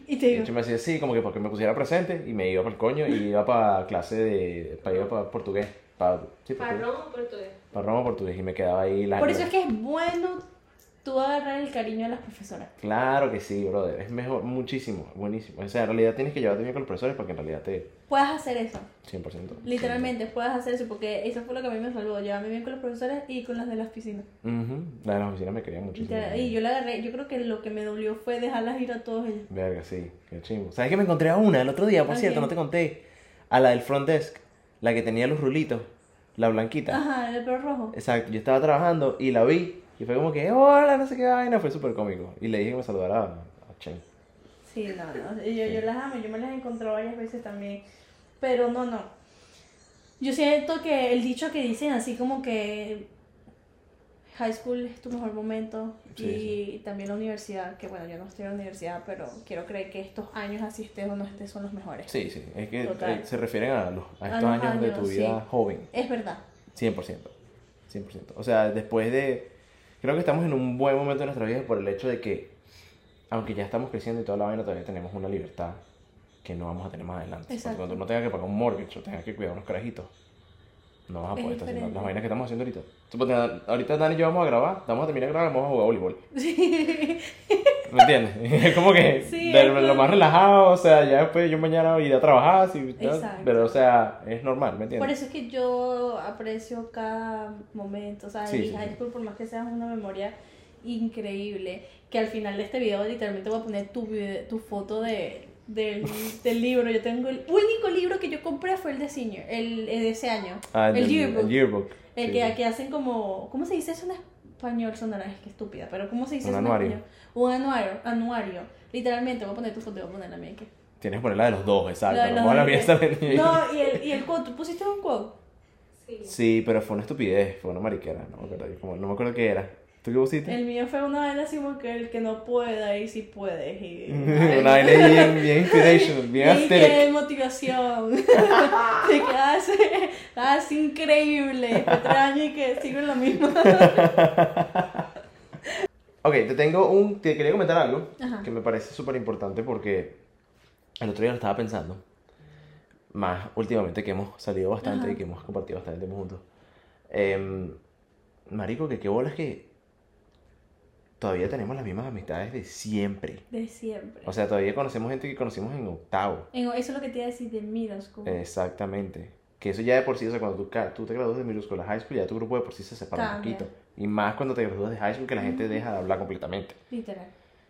[SPEAKER 2] Y te
[SPEAKER 1] El
[SPEAKER 2] digo,
[SPEAKER 1] bicho me hacía así, como que para que me pusiera presente. Y me iba para el coño y iba para clase de. Para, iba para portugués. Para, sí,
[SPEAKER 3] Para
[SPEAKER 1] portugués.
[SPEAKER 3] Roma o portugués.
[SPEAKER 1] Para Roma, portugués. Y me quedaba ahí la.
[SPEAKER 2] por eso es que es bueno tú agarrar el cariño a las profesoras.
[SPEAKER 1] Claro que sí, brother. Es mejor, muchísimo, buenísimo. O sea, en realidad tienes que llevarte bien con los profesores para que en realidad te.
[SPEAKER 2] Puedes hacer eso,
[SPEAKER 1] 100%.
[SPEAKER 2] literalmente, puedes hacer eso, porque eso fue lo que a mí me salvó. Llevarme bien con los profesores y con las de las piscinas.
[SPEAKER 1] Ujú, La de las oficinas me quería
[SPEAKER 2] Y
[SPEAKER 1] muchísimo.
[SPEAKER 2] te- Y yo la agarré, yo creo que lo que me dolió fue dejarlas ir a todos ellos.
[SPEAKER 1] Verga, sí, qué chingo. ¿Sabes que me encontré a una el otro día, por
[SPEAKER 2] ¿A
[SPEAKER 1] cierto?
[SPEAKER 2] quién?
[SPEAKER 1] No te conté. A la del front desk, la que tenía los rulitos, la blanquita.
[SPEAKER 2] Ajá, el perro rojo.
[SPEAKER 1] Exacto, yo estaba trabajando y la vi y fue como que, hola, no sé qué vaina, fue súper cómico. Y le dije que me saludara a, a Chen.
[SPEAKER 2] Sí, no, no. Yo, yo las amo, yo me las he encontrado varias veces también. Pero no, no. Yo siento que el dicho que dicen así como que high school es tu mejor momento
[SPEAKER 1] Sí,
[SPEAKER 2] y también la universidad, que bueno, yo no estoy en la universidad, pero quiero creer que estos años así estés o no estés son los mejores.
[SPEAKER 1] Sí, sí, es que
[SPEAKER 2] Total.
[SPEAKER 1] eh, se refieren a, los, a
[SPEAKER 2] A
[SPEAKER 1] estos
[SPEAKER 2] los
[SPEAKER 1] años, de
[SPEAKER 2] años,
[SPEAKER 1] tu vida
[SPEAKER 2] sí.
[SPEAKER 1] joven.
[SPEAKER 2] Es verdad.
[SPEAKER 1] 100%. 100%. O sea, después de... Creo que estamos en un buen momento de nuestra vida por el hecho de que, aunque ya estamos creciendo y toda la vaina, todavía tenemos una libertad que no vamos a tener más adelante. Porque
[SPEAKER 2] Exacto.
[SPEAKER 1] cuando uno tenga que pagar un mortgage o tenga que cuidar unos carajitos, no vas a
[SPEAKER 2] Es
[SPEAKER 1] poder estar haciendo
[SPEAKER 2] diferente.
[SPEAKER 1] las vainas que estamos haciendo ahorita. Suponte, ahorita Dani y yo vamos a grabar, vamos a terminar de grabar, vamos a jugar voleibol.
[SPEAKER 2] Sí.
[SPEAKER 1] ¿Me entiendes? Es como que
[SPEAKER 2] Sí,
[SPEAKER 1] de
[SPEAKER 2] es
[SPEAKER 1] lo
[SPEAKER 2] como-
[SPEAKER 1] más relajado, o sea, ya después yo mañana iré a trabajar, así, tal,
[SPEAKER 2] Exacto.
[SPEAKER 1] pero o sea, es normal, ¿me
[SPEAKER 2] Por
[SPEAKER 1] entiendes?
[SPEAKER 2] eso es que yo aprecio cada momento, o sea,
[SPEAKER 1] Sí,
[SPEAKER 2] y
[SPEAKER 1] sí,
[SPEAKER 2] high
[SPEAKER 1] sí.
[SPEAKER 2] school, por más que seas una memoria increíble, que al final de este video literalmente voy a poner tu, vide- tu foto de, del, del libro. Yo tengo el único libro que yo compré fue el de Senior, el, el de ese año,
[SPEAKER 1] Ah,
[SPEAKER 2] el,
[SPEAKER 1] del-
[SPEAKER 2] yearbook.
[SPEAKER 1] El yearbook.
[SPEAKER 2] El
[SPEAKER 1] sí,
[SPEAKER 2] que,
[SPEAKER 1] sí.
[SPEAKER 2] que hacen como, ¿cómo se dice eso en español? Sonará, es que estúpida, pero ¿cómo se dice
[SPEAKER 1] Un
[SPEAKER 2] eso en
[SPEAKER 1] anuario.
[SPEAKER 2] español? Un anuario, anuario. Literalmente, voy a poner tu foto, voy a poner la mía aquí.
[SPEAKER 1] Tienes que ponerla de los dos, exacto.
[SPEAKER 2] La de
[SPEAKER 1] no
[SPEAKER 2] los
[SPEAKER 1] pongas la
[SPEAKER 2] dos,
[SPEAKER 1] mía,
[SPEAKER 2] ok.
[SPEAKER 1] esa de-
[SPEAKER 2] No, y el, y el quote, ¿tú pusiste un quote?
[SPEAKER 3] Sí.
[SPEAKER 1] Sí, pero fue una estupidez, fue una mariquera, no me acuerdo, yo como- no me acuerdo qué era. ¿Tú qué pusiste?
[SPEAKER 2] El mío fue una vaina así como que el que no pueda y si puedes. Y...
[SPEAKER 1] Una vaina ahí bien, bien inspirational, bien
[SPEAKER 2] Y
[SPEAKER 1] aesthetic.
[SPEAKER 2] qué motivación. De que hace, hace increíble. Extraño y que sigo en lo mismo.
[SPEAKER 1] Ok, te tengo un. Te quería comentar algo
[SPEAKER 2] Ajá.
[SPEAKER 1] que me parece súper importante porque el otro día lo estaba pensando. Más últimamente que hemos salido bastante
[SPEAKER 2] Ajá.
[SPEAKER 1] y que hemos compartido bastante tiempo juntos. Em, marico, que qué bolas que todavía tenemos las mismas amistades de siempre.
[SPEAKER 2] De siempre.
[SPEAKER 1] O sea, todavía conocemos gente que conocimos en octavo.
[SPEAKER 2] En- Eso es lo que te iba a decir de middle school.
[SPEAKER 1] Eh, Exactamente. Que eso ya de por sí, o sea, cuando tú, ca- tú te gradúas de middle school a high school, ya tu grupo de por sí se separa
[SPEAKER 2] Cambia.
[SPEAKER 1] un poquito. Y más cuando te gradúas de high school, que la gente
[SPEAKER 2] Ujú.
[SPEAKER 1] deja de hablar completamente.
[SPEAKER 2] Literal.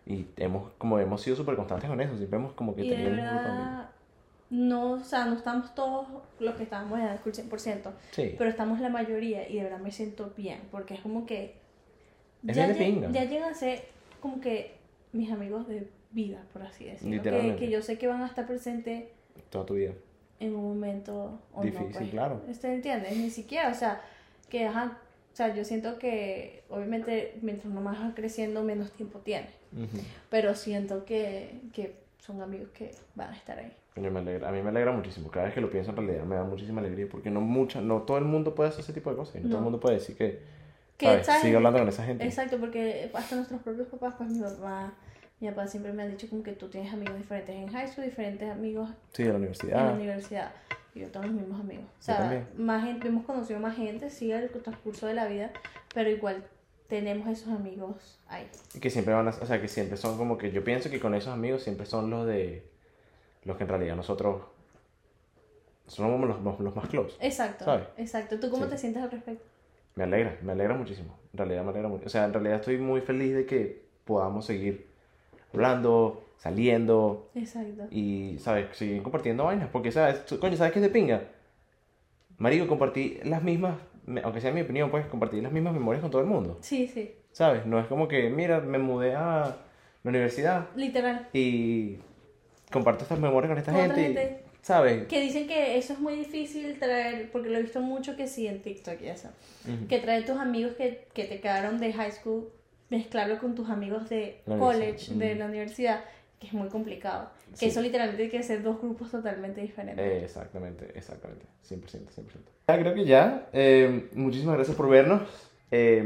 [SPEAKER 1] Y hemos, como hemos sido súper constantes con eso, siempre hemos como que
[SPEAKER 2] Y de
[SPEAKER 1] tenido el mismo camino.
[SPEAKER 2] verdad, no, o sea, no estamos todos los que estábamos en el school 100%,
[SPEAKER 1] Sí.
[SPEAKER 2] pero estamos la mayoría y de verdad me siento bien, porque es como que
[SPEAKER 1] Es
[SPEAKER 2] ya,
[SPEAKER 1] bien de
[SPEAKER 2] lle-
[SPEAKER 1] pinga.
[SPEAKER 2] ya llegan a ser como que mis amigos de vida, por así decirlo, que,
[SPEAKER 1] Literalmente.
[SPEAKER 2] que yo sé que van a estar presentes
[SPEAKER 1] Toda tu vida.
[SPEAKER 2] en un momento o
[SPEAKER 1] Difícil,
[SPEAKER 2] no, pues.
[SPEAKER 1] claro.
[SPEAKER 2] ¿Usted entiende? Ni siquiera, o sea, que ajá, o sea, yo siento que obviamente mientras uno más va creciendo, menos tiempo tiene,
[SPEAKER 1] Ujú.
[SPEAKER 2] pero siento que, que son amigos que van a estar ahí.
[SPEAKER 1] Coño, me alegra- a mí me alegra muchísimo. Cada vez que lo pienso en realidad me da muchísima alegría porque no mucha, no todo el mundo puede hacer ese tipo de cosas. Y no, todo el
[SPEAKER 2] No.
[SPEAKER 1] mundo puede decir que,
[SPEAKER 2] Que,
[SPEAKER 1] ¿sabes?
[SPEAKER 2] ¿sabes?
[SPEAKER 1] Sigue hablando con esa gente.
[SPEAKER 2] Exacto, porque hasta nuestros propios papás, pues mi papá, mi papá siempre me han dicho como que tú tienes amigos diferentes en high school, diferentes amigos
[SPEAKER 1] Sí, de la
[SPEAKER 2] en la
[SPEAKER 1] universidad.
[SPEAKER 2] universidad. Y yo tengo los mismos amigos. O sea,
[SPEAKER 1] Ah. también.
[SPEAKER 2] más gente, hemos conocido más gente, sí, en el transcurso de la vida, pero igual tenemos esos amigos ahí.
[SPEAKER 1] Y que siempre van a, o sea, que siempre son como que yo pienso que con esos amigos siempre son los de los que en realidad nosotros somos los, los, los más close.
[SPEAKER 2] Exacto,
[SPEAKER 1] ¿Sabes?
[SPEAKER 2] exacto. ¿Tú cómo
[SPEAKER 1] Sí.
[SPEAKER 2] te sientes al respecto?
[SPEAKER 1] Me alegra, me alegra muchísimo. En realidad me alegra mucho. O sea, en realidad estoy muy feliz de que podamos seguir hablando, saliendo
[SPEAKER 2] Exacto.
[SPEAKER 1] y, ¿sabes? Seguir compartiendo vainas. Porque, ¿sabes? Tú- Coño, ¿sabes qué es de pinga? Marico, compartí las mismas, me- aunque sea mi opinión, pues compartí las mismas memorias con todo el mundo.
[SPEAKER 2] Sí, sí,
[SPEAKER 1] ¿Sabes? No es como que, mira, me mudé a la universidad
[SPEAKER 2] literal.
[SPEAKER 1] y comparto estas memorias con esta
[SPEAKER 2] Con otra
[SPEAKER 1] gente, y-
[SPEAKER 2] gente.
[SPEAKER 1] ¿sabes?
[SPEAKER 2] Que dicen que eso es muy difícil traer, porque lo he visto mucho que sí en TikTok y eso. Que traer tus amigos que, que te quedaron de high school, mezclarlo con tus amigos de
[SPEAKER 1] La
[SPEAKER 2] college,
[SPEAKER 1] universidad,
[SPEAKER 2] de
[SPEAKER 1] mm.
[SPEAKER 2] la universidad, que es muy complicado. Que
[SPEAKER 1] Sí.
[SPEAKER 2] eso literalmente hay que ser dos grupos totalmente diferentes.
[SPEAKER 1] Eh, exactamente, exactamente, 100%, 100%. Ya, creo que ya, eh, muchísimas gracias por vernos. eh,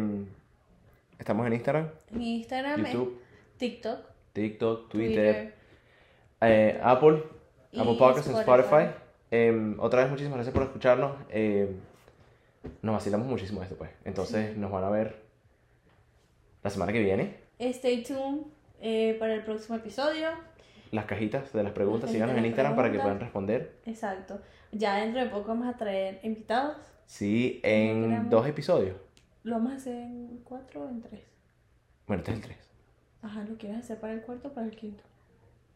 [SPEAKER 1] estamos en Instagram,
[SPEAKER 2] En Instagram, es
[SPEAKER 1] YouTube,
[SPEAKER 2] TikTok,
[SPEAKER 1] TikTok, Twitter,
[SPEAKER 2] Twitter.
[SPEAKER 1] eh, Apple,
[SPEAKER 2] Y
[SPEAKER 1] Apple Podcasts, en
[SPEAKER 2] Spotify.
[SPEAKER 1] Spotify. Eh, otra vez, muchísimas gracias por escucharnos. eh, nos vacilamos muchísimo esto, pues. Entonces, nos van a ver la semana que viene.
[SPEAKER 2] Stay tuned eh, para el próximo episodio.
[SPEAKER 1] Las cajitas de las preguntas,
[SPEAKER 2] cajitas
[SPEAKER 1] síganos
[SPEAKER 2] de
[SPEAKER 1] en
[SPEAKER 2] las
[SPEAKER 1] Instagram para que
[SPEAKER 2] preguntas.
[SPEAKER 1] puedan responder.
[SPEAKER 2] Exacto. Ya dentro de poco vamos a traer invitados.
[SPEAKER 1] Sí, en
[SPEAKER 2] gramos.
[SPEAKER 1] dos episodios.
[SPEAKER 2] Lo vamos a hacer en cuatro o en tres.
[SPEAKER 1] Bueno, este es el 3.
[SPEAKER 2] Ajá, lo quieres hacer para el cuarto o para el quinto.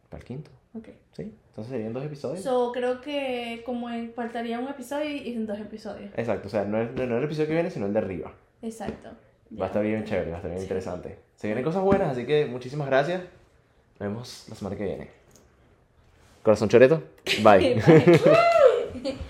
[SPEAKER 1] Para el quinto.
[SPEAKER 2] Ok.
[SPEAKER 1] Sí. Entonces serían dos episodios.
[SPEAKER 2] So, creo que como en- faltaría un episodio y en dos episodios.
[SPEAKER 1] Exacto. O sea, no es, no es el episodio que viene, sino el de arriba.
[SPEAKER 2] Exacto.
[SPEAKER 1] Va a estar bien chévere, va a estar bien interesante. Se vienen cosas buenas, así que muchísimas gracias. Nos vemos la semana que viene. Corazón Choreto. Bye.
[SPEAKER 2] Bye.